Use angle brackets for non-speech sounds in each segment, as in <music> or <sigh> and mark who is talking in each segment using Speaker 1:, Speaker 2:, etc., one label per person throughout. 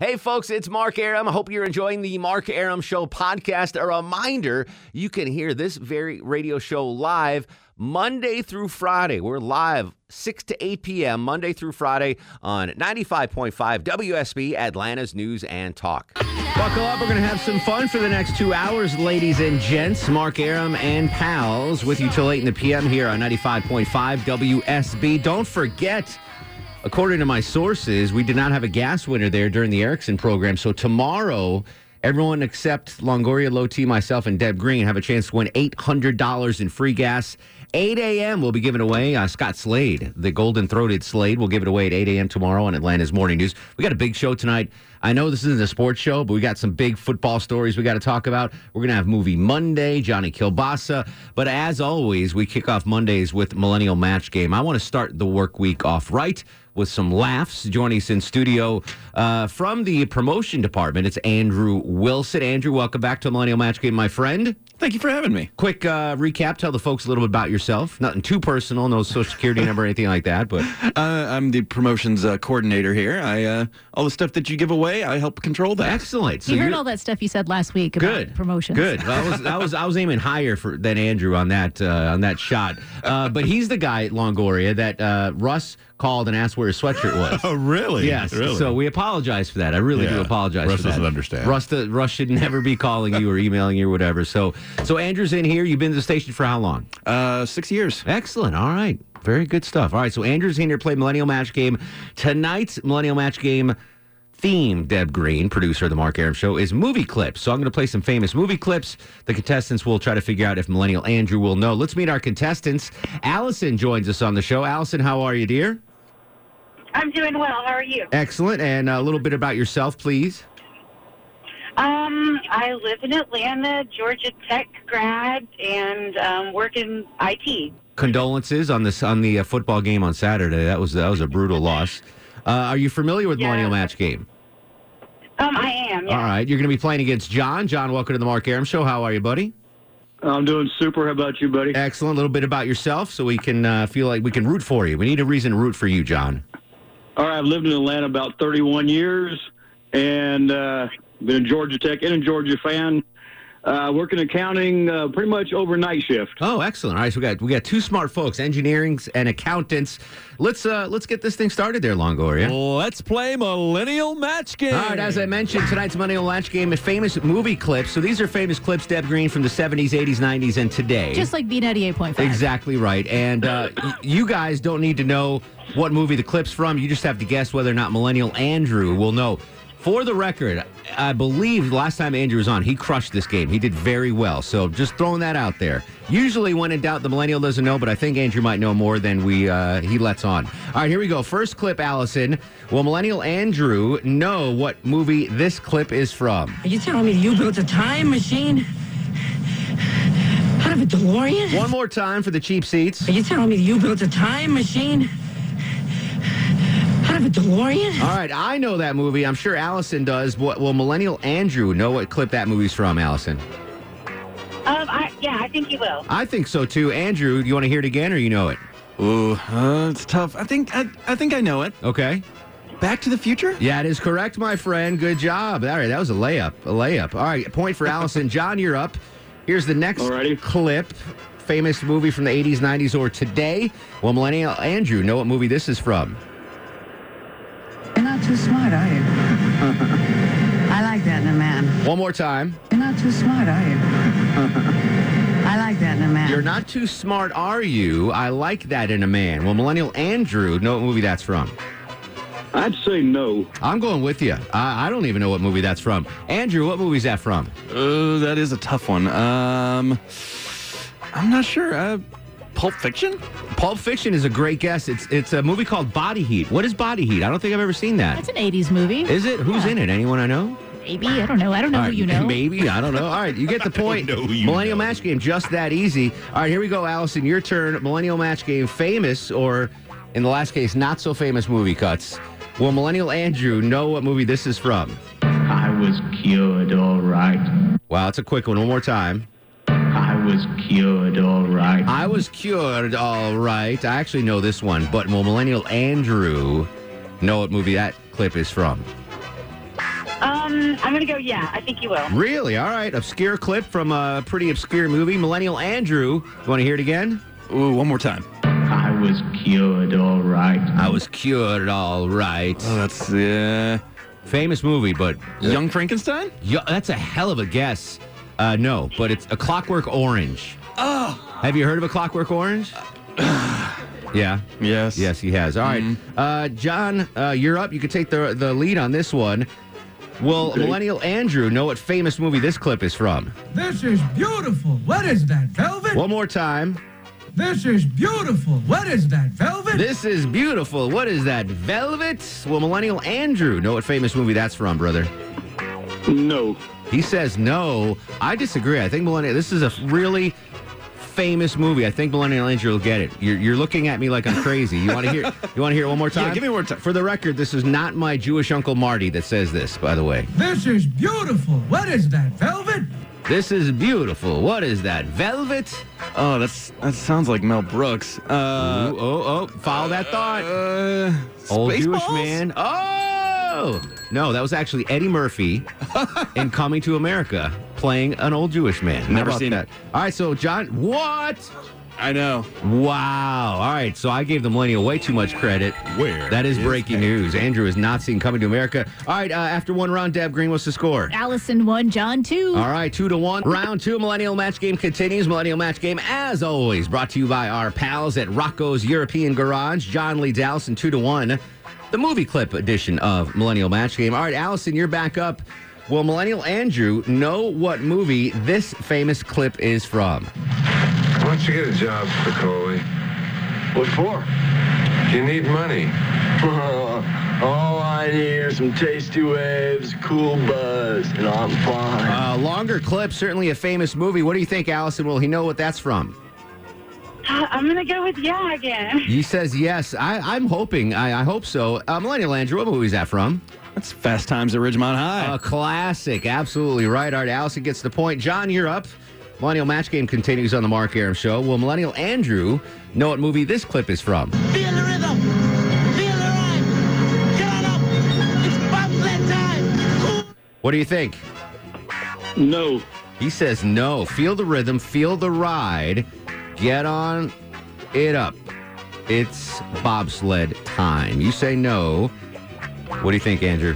Speaker 1: Hey, folks, it's Mark Aram. I hope you're enjoying the Mark Aram Show podcast. A reminder you can hear this very radio show live Monday through Friday. We're live 6 to 8 p.m., Monday through Friday on 95.5 WSB, Atlanta's News and Talk.
Speaker 2: Buckle up. We're going to have some fun for the next two hours, ladies and gents. Mark Aram and pals with you till 8 in the p.m. here on 95.5 WSB. Don't forget, according to my sources, we did not have a gas winner there during the Erickson program. So tomorrow, everyone except Longoria, Low T, myself, and Deb Green have a chance to win $800 in free gas. 8 a.m. will be given away. Uh, Scott Slade, the golden throated Slade, will give it away at 8 a.m. tomorrow on Atlanta's Morning News. We got a big show tonight. I know this isn't a sports show, but we got some big football stories we got to talk about. We're going to have Movie Monday, Johnny Kilbasa. But as always, we kick off Mondays with Millennial Match Game. I want to start the work week off right with some laughs. Joining us in studio uh, from the promotion department, it's Andrew Wilson. Andrew, welcome back to Millennial Match Game, my friend.
Speaker 3: Thank you for having me.
Speaker 2: Quick uh, recap. Tell the folks a little bit about yourself. Nothing too personal. No social security number, or anything like that.
Speaker 4: <laughs>
Speaker 2: But
Speaker 3: Uh, I'm the promotions uh, coordinator here. I uh, all the stuff that you give away, I help control that.
Speaker 2: excellent. So
Speaker 4: you heard
Speaker 2: you're-
Speaker 4: all that stuff you said last week about
Speaker 2: good
Speaker 4: promotions.
Speaker 2: Good. Well, I was I was I was aiming higher for than Andrew on that uh, on that shot. Uh, but he's the guy Longoria that uh, Russ called and asked where his sweatshirt was.
Speaker 5: Oh, really?
Speaker 2: Yes.
Speaker 5: Really?
Speaker 2: So we apologize for that. I really do
Speaker 5: Yeah.
Speaker 2: apologize.
Speaker 5: Russ
Speaker 2: for that.
Speaker 5: doesn't understand.
Speaker 2: Russ, the, Russ should never be calling you or emailing you or whatever. So, so Andrew's in here. You've been to the station for how long?
Speaker 3: Uh, six years.
Speaker 2: Excellent. All right. Very good stuff. All right. So Andrew's in here to play Millennial Match Game. Tonight's Millennial Match Game theme, Deb Green, producer of The Mark Aram Show, is movie clips. So I'm going to play some famous movie clips. The contestants will try to figure out if Millennial Andrew will know. Let's meet our contestants. Allison joins us on the show. Allison, how are you, dear?
Speaker 6: I'm doing well. How are you?
Speaker 2: Excellent. And a little bit about yourself, please.
Speaker 6: Um, I live in Atlanta, Georgia Tech grad, and um, work in IT.
Speaker 2: Condolences on this on the uh, football game on Saturday. That was that was a brutal loss. Uh, are you familiar with
Speaker 6: Yeah.
Speaker 2: Millennial Match Game?
Speaker 6: Um, I am. Yeah.
Speaker 2: All right, you're going to be playing against John. John, welcome to the Mark Aram Show. How are you, buddy?
Speaker 7: I'm doing super. How about you, buddy?
Speaker 2: Excellent. A little bit about yourself, so we can uh, feel like we can root for you. We need a reason to root for you, John.
Speaker 7: All right, I've lived in Atlanta about 31 years and uh, been a Georgia Tech and a Georgia fan. Uh, work in accounting uh, pretty much overnight shift.
Speaker 2: Oh, excellent. All right, so we got we got two smart folks, engineerings and accountants. Let's uh, let's get this thing started there, Longoria.
Speaker 8: Let's play Millennial Match Game.
Speaker 2: All right, as I mentioned, tonight's Money on Latch game is famous movie clips. So these are famous clips, Deb Green, from the 70s, 80s, 90s, and today.
Speaker 4: Just like E B98.5.
Speaker 2: Exactly right. And uh, y- you guys don't need to know what movie the clip's from. You just have to guess whether or not Millennial Andrew will know. For the record, I believe the last time Andrew was on, he crushed this game. He did very well. So just throwing that out there. Usually, when in doubt, the Millennial doesn't know, but I think Andrew might know more than we uh, he lets on. All right, here we go. First clip, Allison. Will Millennial Andrew know what movie this clip is from?
Speaker 9: Are you telling me you built a time machine out of a DeLorean?
Speaker 2: One more time for the cheap seats.
Speaker 9: Are you telling me you built a time machine out of a DeLorean?
Speaker 2: All right, I know that movie. I'm sure Allison does. What will Millennial Andrew know what clip that movie's from, Allison?
Speaker 6: Um, I, yeah, I think you will.
Speaker 2: I think so too. Andrew, do you want to hear it again or you know it?
Speaker 3: Ooh, uh, it's tough. I think I, I think I know it.
Speaker 2: Okay.
Speaker 3: Back to the Future.
Speaker 2: Yeah, it is correct, my friend. Good job. All right, that was a layup. A layup. All right, point for Allison. John, you're up. Here's the next
Speaker 7: Alrighty.
Speaker 2: clip. Famous movie from the 80s, 90s, or today. Will Millennial Andrew know what movie this is from?
Speaker 9: You're not too smart, are you? I like that in a man.
Speaker 2: One more time.
Speaker 9: You're not too smart, are you? <laughs> I like that in a man.
Speaker 2: You're not too smart, are you? I like that in a man. Will Millennial Andrew know what movie that's from?
Speaker 7: I'd say no.
Speaker 2: I'm going with you. I, I don't even know what movie that's from. Andrew, what movie is that from?
Speaker 3: Oh, that is a tough one. Um, I'm not sure. Uh, Pulp Fiction?
Speaker 2: Pulp Fiction is a great guess. It's it's a movie called Body Heat. What is Body Heat? I don't think I've ever seen that.
Speaker 4: That's an 80s movie.
Speaker 2: Is it? Who's in it? Anyone I know?
Speaker 4: Maybe. I don't know. I don't know
Speaker 2: All
Speaker 4: who
Speaker 2: right,
Speaker 4: you know.
Speaker 2: Maybe. I don't know. All
Speaker 4: <laughs>
Speaker 2: right, you get the point. Millennial match game, just that easy. All right, here we go, Allison. Your turn. Millennial match game, famous or, in the last case, not so famous movie cuts. Will Millennial Andrew know what movie this is from?
Speaker 10: I was cured all right.
Speaker 2: Wow, that's a quick one. One more time.
Speaker 10: I was cured all right.
Speaker 2: I was cured, all right. I actually know this one, but will Millennial Andrew know what movie that clip is from?
Speaker 1: Um, I'm gonna go. Yeah, I think you will.
Speaker 2: Really? All right. Obscure clip from a pretty obscure movie. Millennial Andrew. You want to hear it again?
Speaker 3: Ooh, one more time.
Speaker 10: I was cured all right.
Speaker 2: I was cured, all right.
Speaker 3: Oh, that's uh,
Speaker 2: Famous movie, but
Speaker 3: Young Frankenstein.
Speaker 2: yo, that's a hell of a guess. Uh, no, but it's A Clockwork Orange.
Speaker 3: Oh,
Speaker 2: Have you heard of A Clockwork Orange? <sighs> yeah.
Speaker 3: yes,
Speaker 2: Yes, he has. All right. Uh, John, uh, you're up. You can take the, the lead on this one. Will Millennial Andrew know what famous movie this clip is from?
Speaker 11: This is beautiful. What is that, velvet?
Speaker 2: One more time.
Speaker 11: This is beautiful. What is that, velvet?
Speaker 2: This is beautiful. What is that? Velvet? Will Millennial Andrew know what famous movie that's from, brother?
Speaker 12: No.
Speaker 2: He says no. I disagree. I think Millennial. This is a really famous movie. I think Millennial Andrew will get it. You're, you're looking at me like I'm crazy. You want to hear? You want to hear it
Speaker 3: <laughs>
Speaker 2: one more time?
Speaker 3: give me one more time.
Speaker 2: For the record, this is not my Jewish uncle Marty that says this. By the way,
Speaker 11: This is beautiful. What is that, velvet?
Speaker 2: this is beautiful. What is that? Velvet?
Speaker 3: Oh, that's that sounds like Mel Brooks. Uh,
Speaker 2: Ooh, oh, oh! Follow that thought.
Speaker 3: uh,
Speaker 2: Old Jewish
Speaker 3: Spaceballs?
Speaker 2: man. Oh no, that was actually Eddie
Speaker 3: <laughs>
Speaker 2: Murphy in Coming to America playing an old Jewish man. How
Speaker 3: Never
Speaker 2: about
Speaker 3: seen
Speaker 2: that.
Speaker 3: it.
Speaker 2: All right, so John, what?
Speaker 3: I know.
Speaker 2: Wow. All right. So I gave the millennial way too much credit. Where? That is breaking news. Andrew is not seen coming to America. All right. Uh, after one round, Dab Green, what's the score?
Speaker 4: Allison won, John two.
Speaker 2: All right, two to one. Round two, Millennial Match Game continues. Millennial Match Game, as always, brought to you by our pals at Rocco's European Garage. John Lee Dowson, two to one. The movie clip edition of Millennial Match Game. All right, Allison, you're back up. Will Millennial Andrew know what movie this famous clip is from?
Speaker 13: Why don't you get a job, Spicoli? What for? You
Speaker 12: <laughs>
Speaker 13: need money. All I need are some tasty waves, cool buzz, and I'm fine.
Speaker 2: Uh, longer clip, certainly a famous movie. What do you think, Allison? Will he know what that's from?
Speaker 6: Uh,
Speaker 1: I'm gonna go with yeah again.
Speaker 2: He says yes. I, I'm hoping. I, I hope so. Uh, Millennial Andrew, what movie is that from?
Speaker 3: That's Fast Times at Ridgemont High.
Speaker 2: A classic. Absolutely right. All right, Allison gets the point. John, you're up. Millennial Match Game continues on the Mark Aram Show. Will Millennial Andrew know what movie this clip is from?
Speaker 11: Feel the rhythm. Feel the rhyme. Get on up. It's bump that time.
Speaker 2: What do you think?
Speaker 12: No.
Speaker 2: He says no. Feel the rhythm, feel the ride. Get on it up. It's bobsled time. You say no. What do you think, Andrew?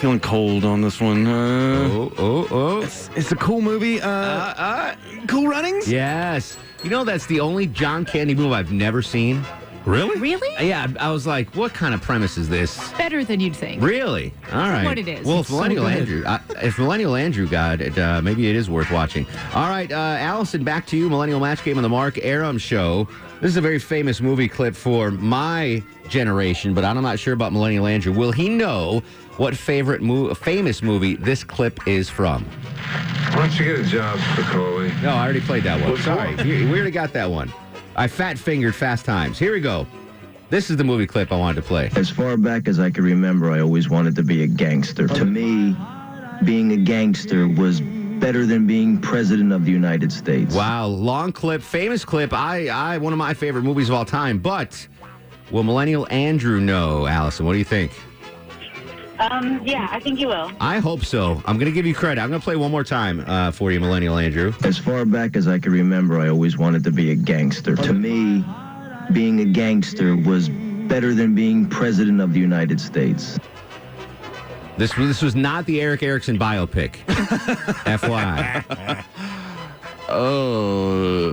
Speaker 3: Feeling cold on this one. Uh,
Speaker 2: Oh, oh, oh.
Speaker 3: it's, it's a cool movie. Uh, cool Runnings.
Speaker 2: Yes. You know, that's the only John Candy movie I've never seen.
Speaker 3: Really?
Speaker 4: Really?
Speaker 2: Yeah, I I was like, what kind of premise is this?
Speaker 4: Better than you'd think.
Speaker 2: Really? All right.
Speaker 4: what it is.
Speaker 2: Well, if
Speaker 4: It's so
Speaker 2: Millennial
Speaker 4: good.
Speaker 2: Andrew, I, if Millennial Andrew got it, uh, maybe it is worth watching. All right, uh, Allison, back to you. Millennial Match Game on the Mark Aram Show. This is a very famous movie clip for my generation, but I'm not sure about Millennial Andrew. Will he know what favorite mo- famous movie this clip is from?
Speaker 13: Why don't you get a job, Spicoli?
Speaker 2: No, I already played that one.
Speaker 13: What's
Speaker 2: Sorry, we we already got that one. I fat fingered Fast Times. Here we go. This is the movie clip I wanted to play.
Speaker 10: As far back as I can remember, I always wanted to be a gangster. To me, being a gangster was better than being president of the United States.
Speaker 2: Wow, long clip, famous clip. I, I, one of my favorite movies of all time. But will millennial Andrew know, Allison? What do you think?
Speaker 1: Um, yeah, I think you will.
Speaker 2: I hope so. I'm gonna give you credit. I'm gonna play one more time uh, for you, millennial Andrew.
Speaker 10: As far back as I can remember, I always wanted to be a gangster. To me, being a gangster was better than being president of the United States.
Speaker 2: This, this was not the Eric Erickson biopic. <laughs> FYI,
Speaker 3: Oh,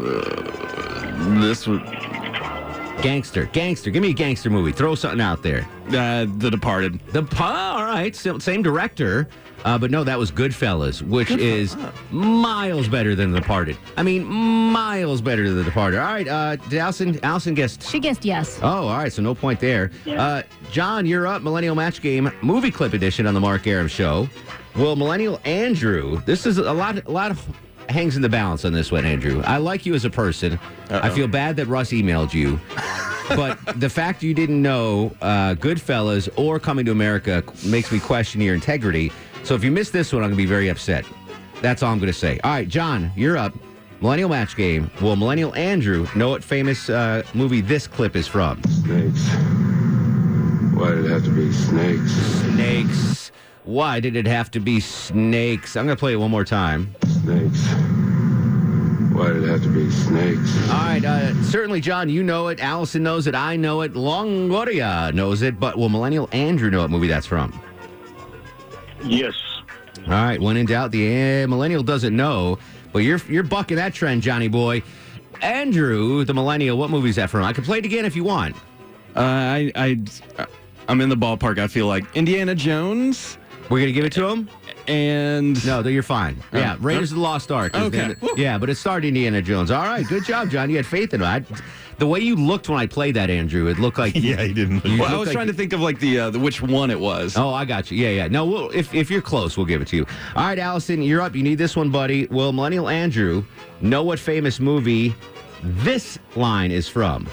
Speaker 3: this was.
Speaker 2: Gangster, gangster. Give me a gangster movie. Throw something out there.
Speaker 3: Uh, The Departed.
Speaker 2: The pa- all right, so- same director, uh, but no, that was Goodfellas, which is miles better than The Departed. I mean, miles better than The Departed. All right, uh, did Allison? Allison guessed.
Speaker 4: She guessed yes.
Speaker 2: Oh, all right, so no point there. Uh, John, you're up. Millennial Match Game movie clip edition on the Mark Aram Show. Will Millennial Andrew? This is a lot. A lot of hangs in the balance on this one, Andrew. I like you as a person. I feel bad that Russ emailed you. but the fact you didn't know uh, Goodfellas or Coming to America makes me question your integrity. So if you miss this one, I'm going to be very upset. That's all I'm going to say. All right, John, you're up. Millennial match game. Will Millennial Andrew know what famous uh, movie this clip is from?
Speaker 12: Snakes. Why did it have to be snakes?
Speaker 2: Snakes. Why did it have to be snakes? I'm going to play it one more time.
Speaker 12: Snakes. Why did it have to be snakes?
Speaker 2: All right, uh, certainly, John, you know it. Allison knows it. I know it. Longoria knows it. But will Millennial Andrew know what movie that's from?
Speaker 7: Yes.
Speaker 2: All right, when in doubt, the eh, millennial doesn't know, but you're you're bucking that trend, Johnny boy. Andrew, the millennial, what movie is that from? I can play it again if you want.
Speaker 3: Uh, I, I, I'm in the ballpark. I feel like Indiana Jones
Speaker 2: We're gonna give it to him.
Speaker 3: and
Speaker 2: No, you're fine. yeah,
Speaker 3: Oh.
Speaker 2: Raiders of the Lost Ark. is
Speaker 3: Okay.
Speaker 2: the- yeah, but it starred Indiana Jones. All right, good job, John. You had faith in it. I, the way you looked when I played that, Andrew, it looked
Speaker 3: <laughs>
Speaker 2: like
Speaker 11: Yeah, he didn't.
Speaker 2: you
Speaker 3: Well, I
Speaker 2: looked
Speaker 3: was
Speaker 2: like-
Speaker 3: trying to think of like the uh, the which one it was.
Speaker 2: Oh, I got you. Yeah, yeah. No, we'll, if if you're close, we'll give it to you. All right, Allison, you're up. You need this one, buddy. Will millennial Andrew know what famous movie this line is from?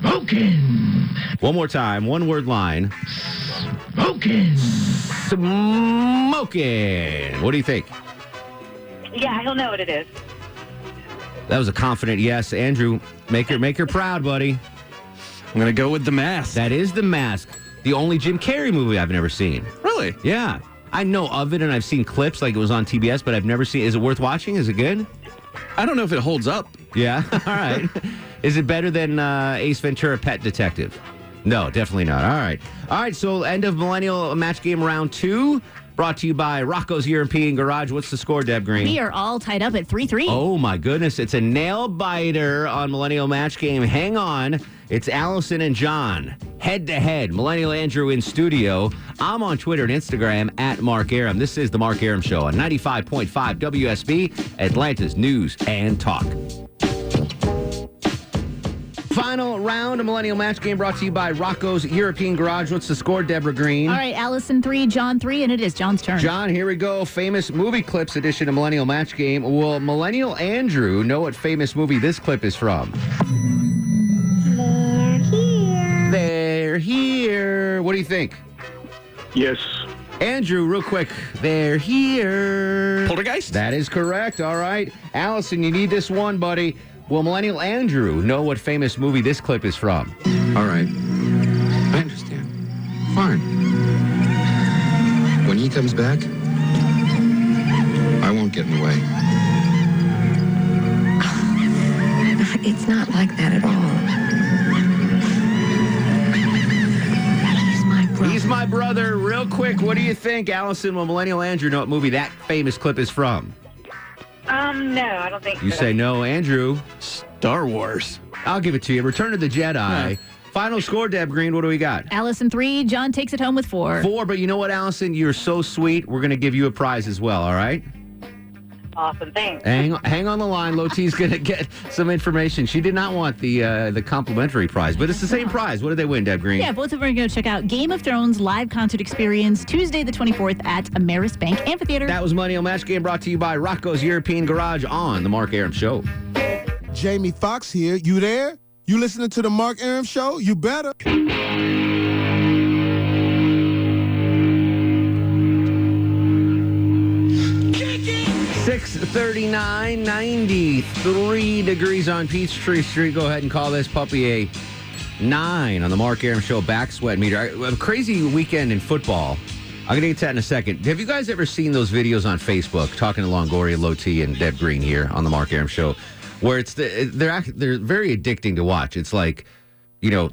Speaker 14: Smoking.
Speaker 2: One more time, one word line.
Speaker 14: Smoking.
Speaker 2: Smoking. What do you think?
Speaker 6: Yeah, he'll know what it is.
Speaker 2: That was a confident yes, Andrew. Make her make her proud, buddy.
Speaker 3: I'm gonna go with the mask.
Speaker 2: That is The Mask, the only Jim Carrey movie I've never seen.
Speaker 3: really?
Speaker 2: Yeah, I know of it, and I've seen clips like it was on TBS, but I've never seen. Is it worth watching? Is it good?
Speaker 3: I don't know if it holds up.
Speaker 2: Yeah. <laughs> All right. Is it better than uh, Ace Ventura: Pet Detective? No, definitely not. All right. All right. So end of Millennial Match Game Round Two, brought to you by Rocco's European Garage. What's the score, Deb Green?
Speaker 4: We are all tied up at 3 3.
Speaker 2: Oh my goodness, it's a nail biter on Millennial Match Game. Hang on. It's Allison and John. Head to head. Millennial Andrew in studio. I'm on Twitter and Instagram at Mark Aram. This is the Mark Aram Show on 95.5 WSB, Atlanta's News and Talk. Final round of Millennial Match Game brought to you by Rocco's European Garage. What's the score, Deborah Green?
Speaker 4: All right, Allison 3, John 3, and it is John's
Speaker 2: <laughs>
Speaker 4: turn.
Speaker 2: John, here we go. Famous movie clips edition of Millennial Match Game. Will Millennial Andrew know what famous movie this clip is from? They're here. What do you think?
Speaker 7: Yes.
Speaker 2: Andrew, real quick. They're here.
Speaker 3: Poltergeist.
Speaker 2: That is correct. All right. Allison, you need this one, buddy. Will Millennial Andrew know what famous movie this clip is from?
Speaker 12: All right. I understand. Fine. When he comes back, I won't get in the way.
Speaker 9: It's not like that at all. He's my brother.
Speaker 2: He's my brother. Real quick, what do you think, Allison? Will Millennial Andrew know what movie that famous clip is from?
Speaker 6: Um, no, I don't think
Speaker 2: You
Speaker 6: so.
Speaker 2: say no, Andrew.
Speaker 3: Star Wars.
Speaker 2: I'll give it to you. Return of the Jedi. Final score, Deb Green. What do we got?
Speaker 4: Allison 3, John takes it home with 4.
Speaker 2: Four. But you know what, Allison? You're so sweet. We're going to give you a prize as well. All right.
Speaker 6: awesome. Thanks.
Speaker 2: Hang hang on the line. Loti's going to <laughs> get some information. She did not want the uh, the complimentary prize, but it's the same prize. What did they win, Deb Green?
Speaker 4: Yeah, both of them are going to check out Game of Thrones live concert experience Tuesday the 24th at Ameris Bank Amphitheater.
Speaker 2: That was Money on Match Game brought to you by Rocco's European Garage on The Mark Aram Show.
Speaker 15: Jamie Foxx here. You there? You listening to the Mark Aram Show? You better.
Speaker 2: Six thirty nine, ninety three degrees on Peachtree Street. Go ahead and call this puppy a nine on the Mark Aram Show back sweat meter. I- A crazy weekend in football. I'm going to get to that in a second. Have you guys ever seen those videos on Facebook talking to Longoria, Low T, and Deb Green here on the Mark Aram Show, where it's the, they're act- they're very addicting to watch. It's like you know,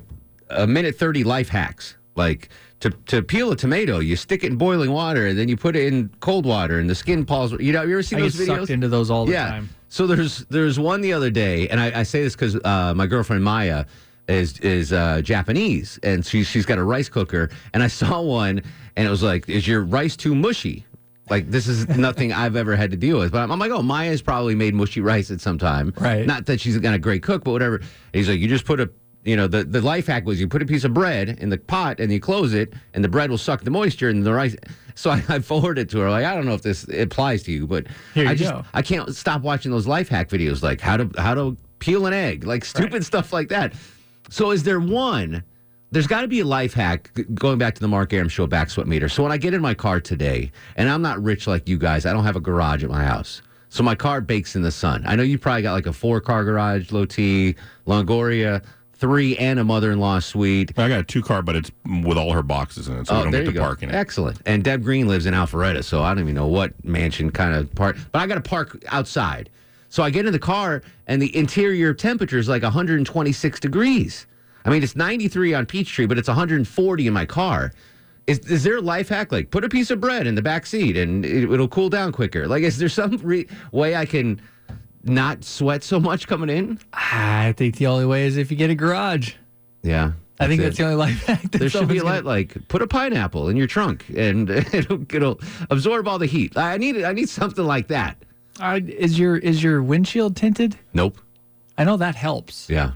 Speaker 2: a minute 30 life hacks. Like to, to peel a tomato, you stick it in boiling water and then you put it in cold water and the skin falls. You know, you ever seen
Speaker 11: I get
Speaker 2: those videos?
Speaker 11: sucked into those all the
Speaker 2: yeah.
Speaker 11: time.
Speaker 2: So there's there's one the other day, and I, I say this because uh, my girlfriend Maya is is uh, Japanese, and she she's got a rice cooker. And I saw one, and it was like, "Is your rice too mushy?" Like this is nothing I've ever had to deal with. But I'm, I'm like, "Oh, Maya's probably made mushy rice at some time." Right. Not that she's not a great cook, but whatever. And he's like, "You just put a." You know, the, the life hack was you put a piece of bread in the pot and you close it, and the bread will suck the moisture and the rice. So I, I forwarded it to her. Like, I don't know if this applies to you, but
Speaker 11: Here
Speaker 2: I
Speaker 11: you
Speaker 2: just
Speaker 11: go.
Speaker 2: I can't stop watching those life hack videos, like how to how to peel an egg, like stupid stuff like that. So is there one? There's got to be a life hack g- going back to the Mark Aram show back sweat meter. So when I get in my car today, and I'm not rich like you guys, I don't have a garage at my house. So my car bakes in the sun. I know you probably got like a four car garage, low T, Longoria, three, and a mother in law suite.
Speaker 10: I got a two car, but it's with all her boxes in it, so I don't
Speaker 2: Oh, there
Speaker 10: get
Speaker 2: you
Speaker 10: to
Speaker 2: go.
Speaker 10: park in it.
Speaker 2: Excellent. And Deb Green lives in Alpharetta, so I don't even know what mansion kind of park, but I got to park outside. So I get in the car, and the interior temperature is like 126 degrees. I mean, it's 93 on Peachtree, but it's 140 in my car. Is, is there a life hack like put a piece of bread in the back seat and it, it'll cool down quicker? Like, is there some re- way I can not sweat so much coming in?
Speaker 11: I think the only way is if you get a garage.
Speaker 2: Yeah.
Speaker 11: I think that's the only life hack. that
Speaker 2: there should be a
Speaker 11: someone's
Speaker 2: light, like put a pineapple in your trunk and <laughs> it'll it'll absorb all the heat. I need I need something like that.
Speaker 11: gonna- Uh, is your is your windshield tinted?
Speaker 2: Nope.
Speaker 11: I know that helps
Speaker 2: Yeah.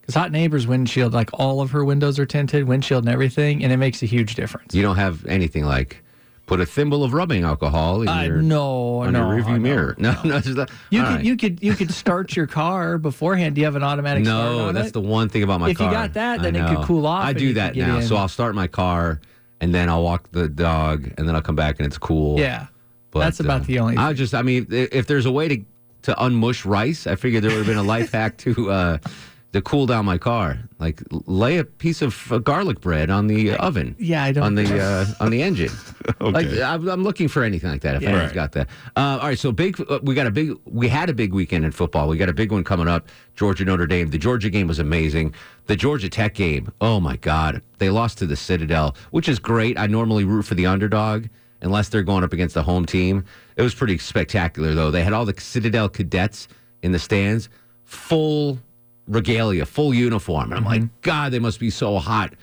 Speaker 11: because hot neighbor's windshield, like all of her windows are tinted, windshield and everything, and it makes a huge difference.
Speaker 2: You don't have anything like put a thimble of rubbing alcohol in
Speaker 11: I
Speaker 2: your
Speaker 11: know,
Speaker 2: on
Speaker 11: no,
Speaker 2: your
Speaker 11: I
Speaker 2: rearview mirror. No, <laughs> no, it's not-
Speaker 11: You
Speaker 2: all
Speaker 11: could
Speaker 2: right.
Speaker 11: you could you could start your car beforehand. Do you have an automatic? start
Speaker 2: no,
Speaker 11: on
Speaker 2: that's
Speaker 11: it?
Speaker 2: the one thing about my
Speaker 11: If you
Speaker 2: car.
Speaker 11: got that,
Speaker 2: I
Speaker 11: then it could
Speaker 2: know.
Speaker 11: cool off
Speaker 2: I
Speaker 11: and
Speaker 2: do
Speaker 11: you
Speaker 2: that
Speaker 11: could get
Speaker 2: now, so
Speaker 11: in.
Speaker 2: I'll start my car and then I'll walk the dog and then I'll come back and it's cool.
Speaker 11: Yeah.
Speaker 2: But, uh,
Speaker 11: That's about the only
Speaker 2: I just, I mean, i- if there's a way to to unmush rice, I figured there would have been a life hack to <laughs> uh, to cool down my car. Like l- lay a piece of uh, garlic bread on the oven.
Speaker 11: Yeah, I don't-
Speaker 2: on the uh, on the
Speaker 11: <laughs>
Speaker 2: engine. Like I'm, I'm looking for anything like that. If
Speaker 11: Yeah.
Speaker 2: anyone's got
Speaker 11: Right.
Speaker 2: that. Uh, all right, so big. Uh, we got a big. We had a big weekend in football. We got a big one coming up. Georgia Notre Dame. The Georgia game was amazing. The Georgia Tech game. Oh my God, they lost to the Citadel, which is great. I normally root for the underdog unless they're going up against the home team. It was pretty spectacular though. They had all the Citadel cadets in the stands, full regalia, full uniform. And I'm
Speaker 11: Mm-hmm.
Speaker 2: like, God, they must be so hot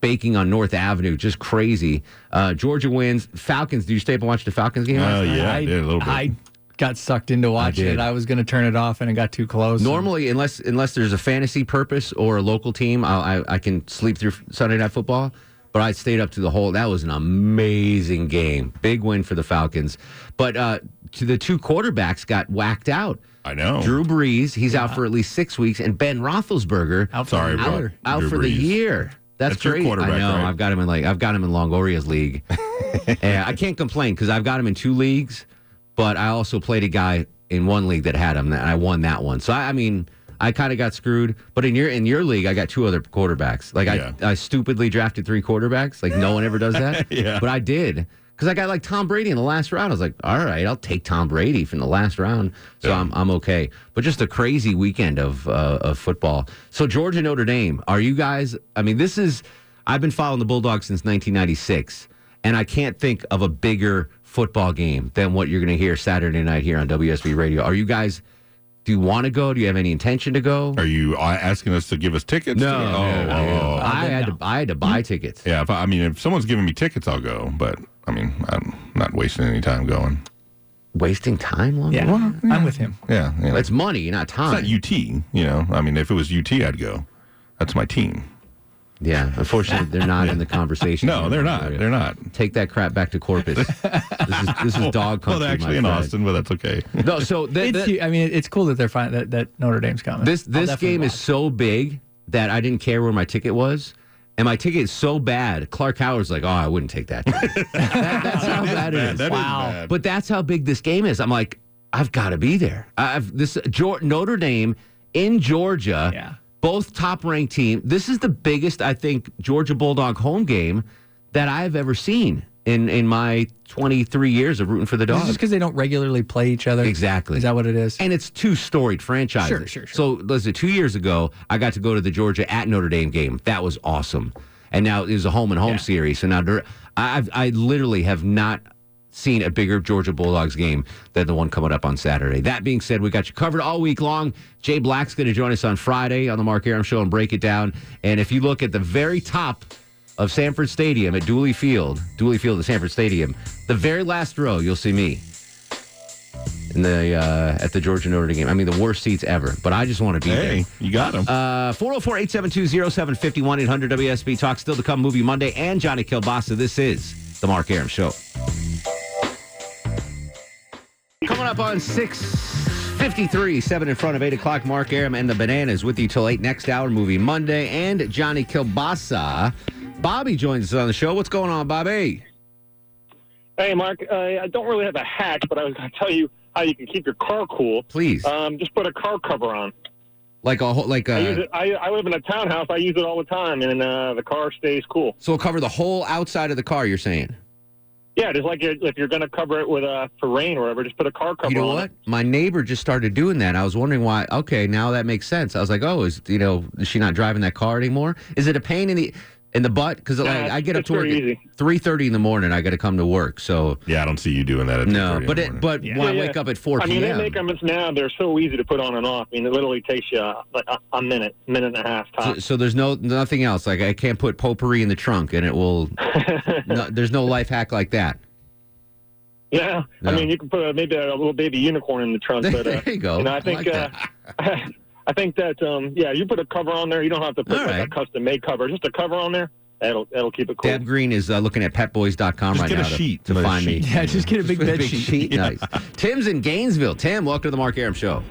Speaker 2: baking on North Avenue. Just crazy. Uh, Georgia wins. Falcons. Did you stay up and watch the Falcons game?
Speaker 10: Oh,
Speaker 2: last night?
Speaker 11: I, I got sucked into watching
Speaker 2: did.
Speaker 11: it. I was going to turn it off, and it got too close.
Speaker 2: Normally, unless unless there's a fantasy purpose or a local team, I, I I can sleep through Sunday night football. But I stayed up to the whole. That was an amazing game. Big win for the Falcons. But uh, to the two quarterbacks got whacked out. I know. Drew Brees, he's out for at least six weeks, and Ben Roethlisberger out
Speaker 10: for Sorry the about year.
Speaker 2: out
Speaker 10: Drew
Speaker 2: for the
Speaker 10: Brees.
Speaker 2: year. That's,
Speaker 10: That's your
Speaker 2: great.
Speaker 10: quarterback,
Speaker 2: I know.
Speaker 10: right?
Speaker 2: I've got him in like I've got him in Longoria's league. and I can't complain because I've got him in two leagues, but I also played a guy in one league that had him, and I won that one. So I, I mean, I kind of got screwed. But in your in your league, I got two other quarterbacks. Like I, I stupidly drafted three quarterbacks. Like no one ever does that.
Speaker 10: Yeah.
Speaker 2: But I did because I got like Tom Brady in the last round. I was like, all right, I'll take Tom Brady from the last round, so I'm I'm okay. But just a crazy weekend of uh, of football. So Georgia Notre Dame, are you guys? I mean, this is I've been following the Bulldogs since 1996, and I can't think of a bigger football game than what you're going to hear Saturday night here on WSB Radio. Are you guys? Do you want to go? Do you have any intention to go? Are
Speaker 10: you uh, asking us to give us tickets?
Speaker 2: No,
Speaker 10: Oh, oh, oh.
Speaker 2: I had to. I had to buy tickets.
Speaker 10: Yeah, if I, I mean, if someone's giving me tickets, I'll go. But I mean, I'm not wasting any time going.
Speaker 2: Wasting time, long?
Speaker 11: Yeah, I'm with him.
Speaker 10: Yeah, yeah.
Speaker 2: It's money, not time.
Speaker 10: It's not UT. You know, I mean, if it was UT, I'd go. That's my team.
Speaker 2: Yeah, unfortunately, they're not
Speaker 10: <laughs>
Speaker 2: in the conversation.
Speaker 10: No, they're not. They're not.
Speaker 2: Take that crap back to
Speaker 10: <laughs>
Speaker 2: Corpus. this is this is dog
Speaker 10: Well,
Speaker 2: country.
Speaker 10: they're actually
Speaker 2: my
Speaker 10: in
Speaker 2: friend.
Speaker 10: Austin, but
Speaker 2: <laughs>
Speaker 10: that's okay.
Speaker 2: No, so that,
Speaker 11: it's
Speaker 2: that-
Speaker 11: hu- I mean, it's cool that they're fine. That, that Notre Dame's coming.
Speaker 2: this
Speaker 11: I'll
Speaker 2: this
Speaker 11: definitely
Speaker 2: game is
Speaker 11: watch.
Speaker 2: so big that I didn't care where my ticket was, and my ticket is so bad. Clark Howard's like, oh, I wouldn't take that.
Speaker 11: <laughs>
Speaker 2: that's how bad it is.
Speaker 11: Wow.
Speaker 2: But that's how big this game is. I'm like, I've got to be there. I've this Geor- Notre Dame in Georgia. Yeah. Both top ranked team. This is the biggest I think Georgia Bulldog home game that I've ever seen in in my 23 years of rooting for the
Speaker 11: Is this
Speaker 2: Dogs.
Speaker 11: just because they don't regularly play each other.
Speaker 2: Exactly.
Speaker 11: Is that what it is?
Speaker 2: And it's two storied franchises.
Speaker 11: Sure, sure,
Speaker 2: So, listen, two years ago, I got to go to the Georgia at Notre Dame game. That was awesome. And now it was a home and home series. So now dir- I, I've, I literally have not seen a bigger Georgia Bulldogs game than the one coming up on Saturday. That being said, we got you covered all week long. Jay Black's going to join us on Friday on the Mark Aram Show and break it down. And if you look at the very top of Sanford Stadium at Dooley Field, Dooley Field at Sanford Stadium, the very last row, you'll see me in the uh, at the Georgia Notre Dame game. I mean, the worst seats ever. But I just want to be there.
Speaker 10: Hey, you got 'em.
Speaker 2: Uh, 404-872-0751 800 WSB Talk. Still to come, Movie Monday and Johnny Kilbasa. This is The Mark Aram Show. Coming up on 653, 7 in front of 8 o'clock, Mark Aram and the Bananas with you till 8 next hour, Movie Monday and Johnny Kilbasa. Bobby joins us on the show. What's going on, Bobby?
Speaker 16: Hey, Mark, uh, I don't really have a hack, but I was going to tell you how you can keep your car cool.
Speaker 2: Please.
Speaker 12: Uh,
Speaker 16: Um, just put a car cover on.
Speaker 2: Like a whole, like uh,
Speaker 16: I, use
Speaker 2: a,
Speaker 16: it, I, I live in a townhouse. I use it all the time, and uh, the car stays cool.
Speaker 2: so it'll cover the whole outside of the car, you're saying?
Speaker 16: Yeah, just like you're, if you're going to cover it with uh, for rain or whatever, just put a car cover
Speaker 2: You know
Speaker 16: on
Speaker 2: what?
Speaker 16: it.
Speaker 2: My neighbor just started doing that. I was wondering why. Okay, now that makes sense. I was like, oh, is you know, is she not driving that car anymore? Is it a pain in the in the butt? Because
Speaker 16: Nah,
Speaker 2: like I get up
Speaker 16: it's
Speaker 2: to work
Speaker 16: very
Speaker 2: at three thirty in the morning. I got to come to work. So
Speaker 10: yeah, I don't see you doing that. At
Speaker 2: no,
Speaker 10: 3:30 in
Speaker 2: but
Speaker 10: the
Speaker 2: it,
Speaker 10: morning.
Speaker 2: but when I
Speaker 16: Yeah, yeah.
Speaker 2: wake up at four
Speaker 16: I mean, they
Speaker 2: p.m.
Speaker 16: make them now. They're so easy to put on and off. I mean, it literally takes you uh, like a, a minute, minute and a half
Speaker 2: so,
Speaker 16: tops.
Speaker 2: so there's no nothing else. Like I can't put potpourri in the trunk, and it will.
Speaker 10: <laughs>
Speaker 2: no, there's no life hack like that.
Speaker 16: Yeah, I
Speaker 2: Yeah.
Speaker 16: mean, you can put a, maybe a little baby unicorn in the trunk. But, uh,
Speaker 2: There you go.
Speaker 16: know, I
Speaker 2: I
Speaker 16: think
Speaker 2: like
Speaker 16: uh, <laughs> I think that um, yeah, you put a cover on there. You don't have to put like a custom made cover. Just a cover on there. That'll that'll keep it cool.
Speaker 2: Deb Green is uh, looking at petboys.com
Speaker 10: Just
Speaker 2: right
Speaker 10: get a
Speaker 2: now to-
Speaker 10: sheet.
Speaker 2: to,
Speaker 10: A
Speaker 2: find
Speaker 11: <laughs>
Speaker 10: sheet.
Speaker 2: me.
Speaker 10: Yeah, just get a big
Speaker 2: <laughs>
Speaker 10: bed
Speaker 2: big
Speaker 10: sheet.
Speaker 2: sheet.
Speaker 10: Yeah.
Speaker 2: Nice. Tim's in Gainesville. Tim, welcome to the Mark Aram Show.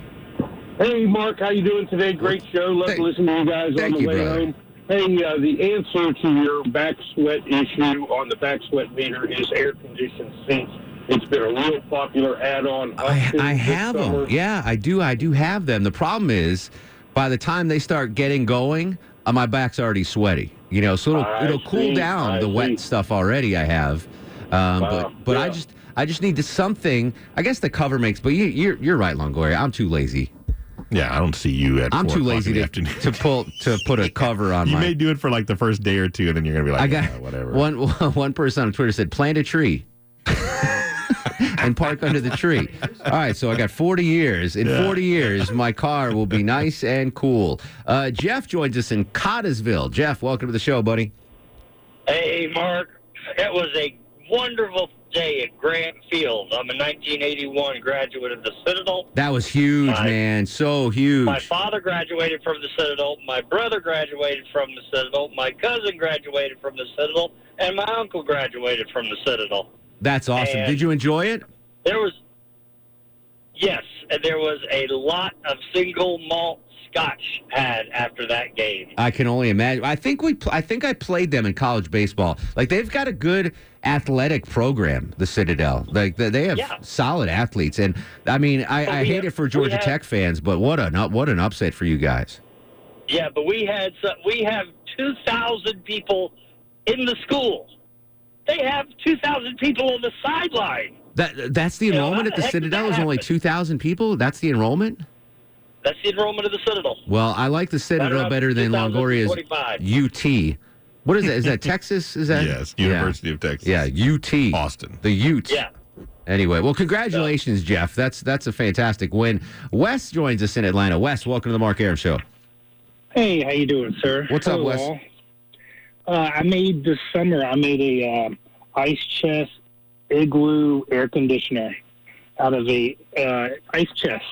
Speaker 17: Hey, Mark, how you doing today? Great show. Love listening to you guys
Speaker 2: thank
Speaker 17: on the
Speaker 2: you,
Speaker 17: way
Speaker 2: brother.
Speaker 17: home. Hey, uh, the answer to your back sweat issue on the back sweat meter is air conditioned sinks. It's been a real popular add-on.
Speaker 2: I, I have them. Yeah, I do. I do have them. The problem is, by the time they start getting going, uh, my back's already sweaty. You know, so it'll,
Speaker 17: I
Speaker 2: it'll cool
Speaker 17: see,
Speaker 2: down
Speaker 17: I
Speaker 2: the wet stuff already I have. Um,
Speaker 17: Wow,
Speaker 2: But but I
Speaker 17: yeah.
Speaker 2: just I just need to something. I guess the cover makes. But you, you're you're right, Longoria. I'm too lazy.
Speaker 10: Yeah, I don't see you at.
Speaker 2: I'm
Speaker 10: four
Speaker 2: too
Speaker 10: o'clock
Speaker 2: lazy
Speaker 10: in the
Speaker 2: to,
Speaker 10: afternoon. <laughs>
Speaker 2: to pull to put a cover on
Speaker 10: You
Speaker 2: my.
Speaker 10: may do it for like the first day or two, and then you're gonna be like,
Speaker 2: I got
Speaker 10: "Yeah, whatever.
Speaker 2: one <laughs> one person on Twitter said plant a
Speaker 10: <laughs>
Speaker 2: tree and park under the tree. All right, so I got 40 years. In
Speaker 10: Yeah.
Speaker 2: 40 years, my car will be nice and cool. Uh, Jeff joins us in Cottisville. Jeff, welcome to the show, buddy.
Speaker 12: Hey, Mark, it was a wonderful day at Grant Field. I'm a 1981 graduate of the Citadel.
Speaker 2: That was huge, man. So huge.
Speaker 12: My father graduated from the Citadel. My brother graduated from the Citadel. My cousin graduated from the Citadel. And my uncle graduated from the Citadel.
Speaker 2: That's awesome.
Speaker 12: And-
Speaker 2: Did you enjoy it?
Speaker 12: There was, yes, and there was a lot of single malt scotch had after that game.
Speaker 2: I can only imagine. I think we. Pl- I think I played them in college baseball. Like they've got a good athletic program, the Citadel. Like they- they have solid athletes, and I mean,
Speaker 12: But
Speaker 2: I, I
Speaker 12: we
Speaker 2: hate
Speaker 12: have-
Speaker 2: it for
Speaker 12: we
Speaker 2: Georgia
Speaker 12: have-
Speaker 2: Tech fans, but what a what an upset for you guys.
Speaker 12: Yeah, but we had some, we have two thousand people in the school. They have two thousand people on the sideline.
Speaker 2: That that's the
Speaker 12: Yeah,
Speaker 2: enrollment
Speaker 12: how
Speaker 2: at the
Speaker 12: the heck did
Speaker 2: Citadel
Speaker 12: that
Speaker 2: is only two thousand people. That's the enrollment.
Speaker 12: That's the enrollment of the Citadel.
Speaker 2: Well, I like the Citadel better than Longoria's
Speaker 12: 2045.
Speaker 2: UT. What is that? Is that <laughs> Texas? Is that
Speaker 10: Yes,
Speaker 2: Yeah.
Speaker 10: University of Texas.
Speaker 2: Yeah, UT. Austin. The Utes.
Speaker 12: Yeah.
Speaker 2: Anyway, well, congratulations, Jeff. That's that's a fantastic win. Wes joins us in Atlanta. Wes, welcome to the Mark Aram Show.
Speaker 11: Hey, how you doing, sir?
Speaker 2: What's up, Wes?
Speaker 11: all. Uh, I made this summer. I made a um ice chest igloo air conditioner out of a uh, ice chest.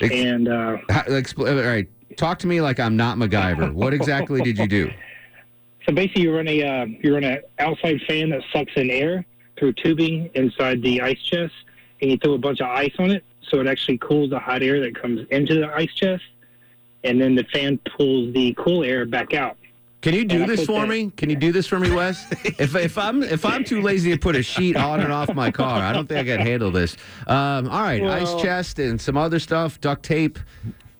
Speaker 11: and uh,
Speaker 2: How- expl- all right, talk to me like I'm not MacGyver. What exactly did you do?
Speaker 11: so basically, you run a uh, you run an outside fan that sucks in air through tubing inside the ice chest, and you throw a bunch of ice on it, so it actually cools the hot air that comes into the ice chest, and then the fan pulls the cool air back out.
Speaker 2: Can you do
Speaker 11: And I
Speaker 2: this
Speaker 11: put
Speaker 2: for
Speaker 11: that-
Speaker 2: me? Can you do this for me, Wes? if if I'm if I'm too lazy to put a sheet on and off my car, I don't think I can handle this. Um, all right, ice
Speaker 10: Well-
Speaker 2: chest and some other stuff, duct tape.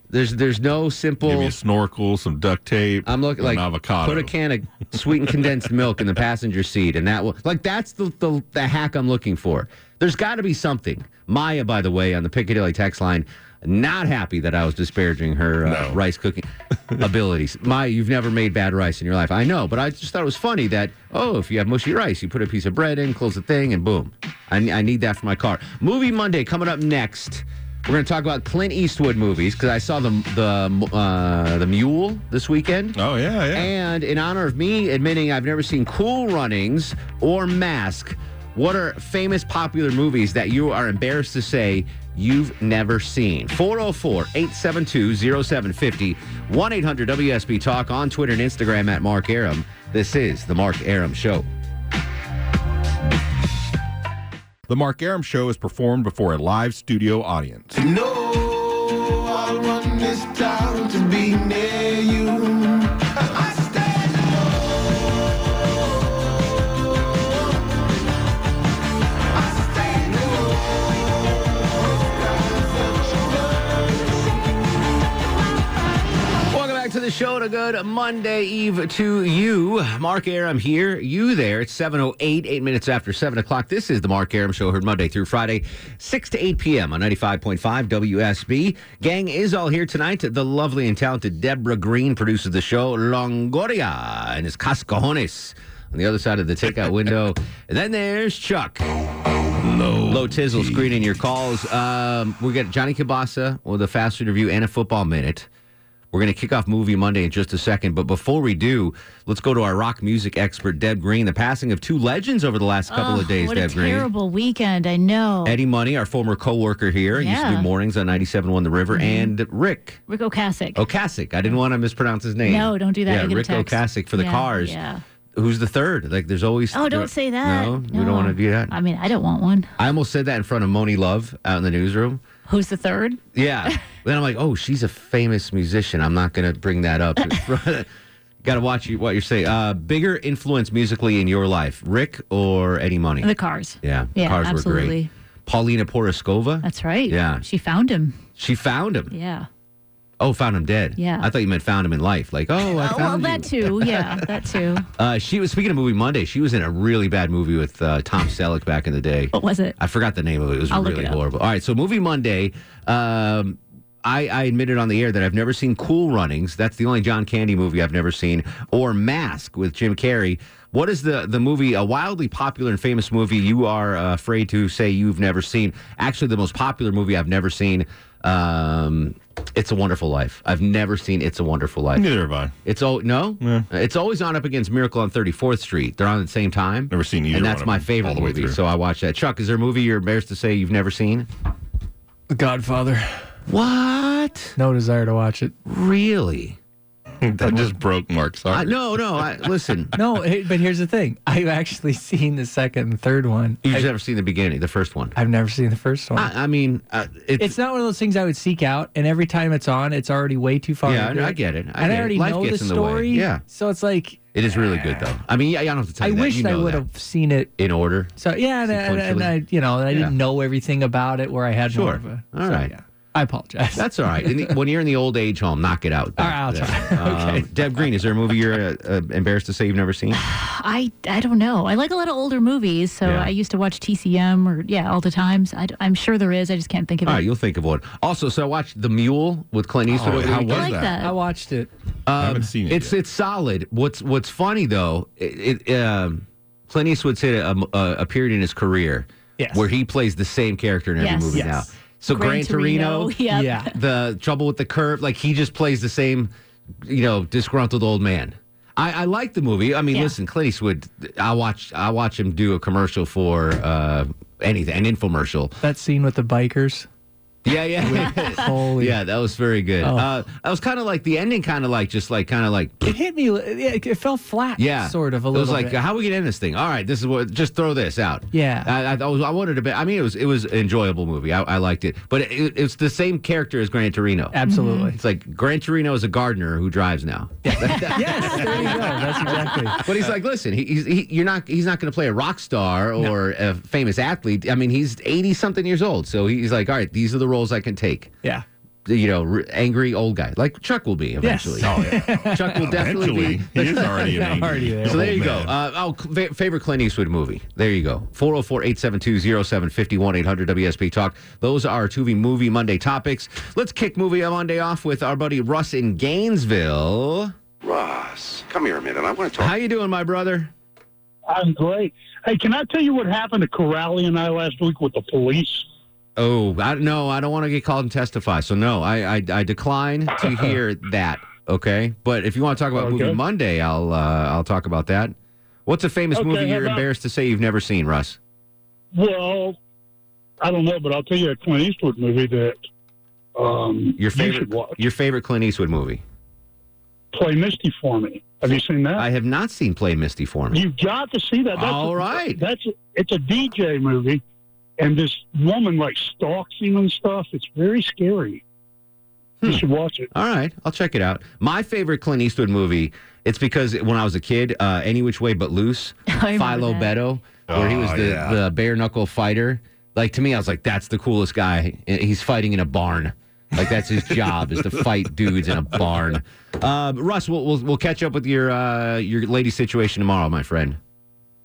Speaker 2: There's there's no simple.
Speaker 10: Give me a snorkel, some duct tape.
Speaker 2: I'm looking like
Speaker 10: an avocado.
Speaker 2: Put a can of sweetened condensed
Speaker 10: <laughs>
Speaker 2: milk in the passenger seat, and that will like that's the the, the hack I'm looking for. There's got to be something. Maya, by the way, on the Piccadilly text line, not happy that I was disparaging her uh, rice cooking abilities. My, you've never made bad rice in your life. I know, but I just thought it was funny that, oh, if you have mushy rice, you put a piece of bread in, close the thing, and boom. I, I need that for my car. Movie Monday coming up next. We're going to talk about Clint Eastwood movies because I saw the the uh, the Mule this weekend.
Speaker 10: Oh yeah, yeah.
Speaker 2: And in honor of me admitting I've never seen Cool Runnings or Mask, what are famous popular movies that you are embarrassed to say you've never seen? 404-872-0750, 1-800-WSB Talk on Twitter and Instagram at Mark Aram. This is the Mark Aram Show.
Speaker 10: The Mark Aram Show is performed before a live studio audience.
Speaker 14: No, I want this town to be near you. I stand
Speaker 2: Welcome back to the show and a good Monday Eve to you. Mark Aram here, you there. It's 7.08, eight minutes after 7 o'clock. This is the Mark Aram Show, heard Monday through Friday, 6 to 8 p.m. on 95.5 WSB. Gang is all here tonight. The lovely and talented Deborah Green produces the show, Longoria, and his Cascajones on the other side of the takeout window. And then there's Chuck. Low, Tizzle screening your calls. Um, we got Johnny Kibasa with a fast food review and a football minute. We're going to kick off Movie Monday in just a second, but before we do, let's go to our rock music expert, Deb Green. The passing of two legends over the last couple
Speaker 4: Oh,
Speaker 2: of days,
Speaker 4: what
Speaker 2: Deb
Speaker 4: a
Speaker 2: Green.
Speaker 4: terrible weekend. I know.
Speaker 2: Eddie Money, our former coworker here, used to
Speaker 4: Yeah. Mm-hmm.
Speaker 2: do mornings on 97.1 The River, and Rick
Speaker 4: Rick Ocasek.
Speaker 2: Ocasek. I didn't want to mispronounce his name.
Speaker 4: No, don't do that. I
Speaker 2: Yeah,
Speaker 4: get a
Speaker 2: Rick
Speaker 4: text.
Speaker 2: Ocasek for the
Speaker 4: Yeah,
Speaker 2: cars.
Speaker 4: yeah.
Speaker 2: Who's the third? Like, there's always.
Speaker 4: Oh, don't say that. Oh.
Speaker 2: No, we don't want to do that.
Speaker 4: I mean, I don't want one.
Speaker 2: I almost said that in front of Moni Love out in the newsroom.
Speaker 4: Who's the third?
Speaker 2: Yeah. then I'm like, oh, she's a famous musician. I'm not going to bring that up. <laughs> Got to watch you, what you say. Uh, bigger influence musically in your life, Rick or Eddie Money?
Speaker 4: The cars.
Speaker 2: yeah, the
Speaker 4: Yeah,
Speaker 2: cars were
Speaker 4: absolutely.
Speaker 2: great. Paulina Poroskova,
Speaker 4: That's right.
Speaker 2: Yeah.
Speaker 4: She found him.
Speaker 2: she found him.
Speaker 4: Yeah.
Speaker 2: Oh, found him dead.
Speaker 4: Yeah.
Speaker 2: I thought you meant found him in life. Like, oh, I
Speaker 4: Oh, well,
Speaker 2: found you.
Speaker 4: that too.
Speaker 2: <laughs>
Speaker 4: Yeah, that too.
Speaker 2: Uh, she was speaking of movie Monday. She was in a really bad movie with uh, Tom Selleck back in the day.
Speaker 4: What was it?
Speaker 2: I forgot the name of it. It was
Speaker 4: I'll look
Speaker 2: really
Speaker 4: it up.
Speaker 2: horrible. All right, so movie Monday. Um, I, I admitted on the air that I've never seen Cool Runnings. That's the only John Candy movie I've never seen, or Mask with Jim Carrey. What is the the movie? A wildly popular and famous movie you are uh, afraid to say you've never seen. Actually, the most popular movie I've never seen. Um, it's a Wonderful Life. I've never seen It's a Wonderful Life.
Speaker 10: Neither have I.
Speaker 2: It's all no. It's always on up against Miracle on 34th Street. They're on at the same time. Never
Speaker 10: seen either
Speaker 2: And that's
Speaker 10: one of
Speaker 2: my
Speaker 10: them,
Speaker 2: favorite
Speaker 10: all the way
Speaker 2: movie.
Speaker 10: through.
Speaker 2: So I watch that. Chuck, is there a movie you're embarrassed to say you've never seen?
Speaker 11: The Godfather.
Speaker 2: What?
Speaker 11: No desire to watch it.
Speaker 2: Really?
Speaker 10: that just broke Mark's heart.
Speaker 11: I-
Speaker 2: no, no. I,
Speaker 10: <laughs>
Speaker 2: listen.
Speaker 11: no, hey, but here's the thing. I've actually <laughs> seen the second and third one.
Speaker 2: You've
Speaker 11: I,
Speaker 2: never seen the beginning, the first one.
Speaker 11: I've never seen the first one.
Speaker 2: I, I mean, uh, it's,
Speaker 11: it's, not one of those things I would seek out, and every time it's on, it's already way too far.
Speaker 2: Yeah, I-
Speaker 11: into
Speaker 2: I get it. I get
Speaker 11: and I
Speaker 2: it.
Speaker 11: already
Speaker 2: Life
Speaker 11: know the
Speaker 2: gets in the way.
Speaker 11: story.
Speaker 2: Yeah.
Speaker 11: so it's like
Speaker 2: it is really good though. I mean, yeah, I don't have to tell
Speaker 11: I
Speaker 2: you that.
Speaker 11: wish
Speaker 2: You
Speaker 11: I
Speaker 2: know
Speaker 11: would
Speaker 2: that.
Speaker 11: have seen it.
Speaker 2: in order.
Speaker 11: So yeah, and, and, and
Speaker 2: Sequentially.
Speaker 11: I, you know, and I didn't
Speaker 2: Yeah.
Speaker 11: know everything about it where I had more
Speaker 2: Sure.
Speaker 11: of a.
Speaker 2: All
Speaker 11: so,
Speaker 2: right.
Speaker 11: yeah. I apologize.
Speaker 2: That's all right. In the, when you're in the old age home, knock it out.
Speaker 11: All right, I'll <laughs>
Speaker 2: okay. Deb Green, is there a movie you're uh, uh, embarrassed to say you've never seen?
Speaker 4: I, I don't know. I like a lot of older movies, so
Speaker 2: Yeah.
Speaker 4: I used to watch TCM or yeah, all the times. I, am sure there is. I just can't think of
Speaker 2: All
Speaker 4: it.
Speaker 2: right, you'll think of one. Also, so I watched The Mule with Clint Eastwood.
Speaker 4: Oh,
Speaker 2: How
Speaker 4: I
Speaker 2: was
Speaker 4: like that.
Speaker 11: I watched it.
Speaker 2: I haven't seen it. It's it's solid. What's what's funny though, it, it, um, Clint Eastwood's hit a, a, a period um, uh, in his career
Speaker 11: Yes.
Speaker 2: where he plays the same character in every
Speaker 11: Yes.
Speaker 2: movie
Speaker 11: Yes.
Speaker 2: now. So Gran
Speaker 11: Gran
Speaker 2: Torino,
Speaker 11: Torino, yep. <laughs> Yeah.
Speaker 2: the Trouble with the Curve, like he just plays the same, you know, disgruntled old man. I, I like the movie. I mean, listen, Clint Eastwood. I watch I watch him do a commercial for uh, anything, an infomercial.
Speaker 11: That scene with the bikers.
Speaker 2: Yeah,
Speaker 11: <laughs>
Speaker 2: yeah.
Speaker 11: Holy.
Speaker 2: Yeah, that was very good.
Speaker 11: Oh.
Speaker 2: Uh, I was kind of like the ending, kind of like just like kind of like
Speaker 11: It hit me. Yeah, it fell flat.
Speaker 2: yeah,
Speaker 11: Sort of a
Speaker 2: it
Speaker 11: little
Speaker 2: was like
Speaker 11: bit.
Speaker 2: how we gonna end this thing? All right, this is what just throw this out.
Speaker 11: Yeah.
Speaker 2: I, I, I was I wanted to be. I mean, it was it was an enjoyable movie. I, I liked it, but it, it's the same character as Gran Torino.
Speaker 11: Absolutely.
Speaker 2: it's like Gran Torino is a gardener who drives now.
Speaker 11: yes, there you go. That's exactly.
Speaker 2: But he's like, listen, he, he's he, you're not he's not going to play a rock star or a famous athlete. I mean, he's eighty something years old, so he's like, all right, these are the roles I can take.
Speaker 11: Yeah.
Speaker 2: you know, r- angry old guy like Chuck will be eventually. <laughs> Chuck
Speaker 10: <laughs>
Speaker 2: will definitely be. <laughs>
Speaker 10: Oh, He is already an angry
Speaker 2: So there
Speaker 10: old
Speaker 2: you go.
Speaker 10: man.
Speaker 2: Uh, oh, fa- favorite Clint Eastwood movie. There you go. 404-872-0751, 800 WSB Talk. Those are Tubi Movie Monday topics. Let's kick Movie Monday off with our buddy Russ in Gainesville.
Speaker 18: Ross, come here a minute. I want to talk.
Speaker 2: How you doing, my brother?
Speaker 19: I'm great. Hey, can I tell you what happened to Corrali and I last week with the police?
Speaker 2: Oh, I, no, I don't want to get called and testify. So no, I I, I decline to
Speaker 19: <laughs>
Speaker 2: hear that. Okay, but if you want to talk about Movie
Speaker 19: Okay.
Speaker 2: Monday, I'll uh, I'll talk about that. What's a famous
Speaker 19: Okay,
Speaker 2: movie
Speaker 19: how
Speaker 2: you're
Speaker 19: about-
Speaker 2: embarrassed to say you've never seen, Russ?
Speaker 19: Well, I don't know, but I'll tell you a Clint Eastwood movie that um, you
Speaker 2: Your favorite
Speaker 19: should watch.
Speaker 2: your favorite Clint Eastwood movie?
Speaker 19: Play Misty for me. Have you seen that?
Speaker 2: I have not seen Play Misty for me.
Speaker 19: You've got to see that. That's
Speaker 2: All
Speaker 19: a,
Speaker 2: right.
Speaker 19: That's a, it's a DJ movie, and this woman like stalks him and stuff. It's very scary.
Speaker 2: Hmm.
Speaker 19: You should watch it.
Speaker 2: All right, I'll check it out. My favorite Clint Eastwood movie. It's because when I was a kid, uh, Any Which Way But Loose, Philo Beto, where he was
Speaker 10: Oh,
Speaker 2: the,
Speaker 10: yeah.
Speaker 2: the bare knuckle fighter. Like to me, I was like, that's the coolest guy. And He's fighting in a barn. Like that's his job is to fight dudes in a barn. Uh, Russ, we'll, we'll we'll catch up with your uh, your lady situation tomorrow, my friend.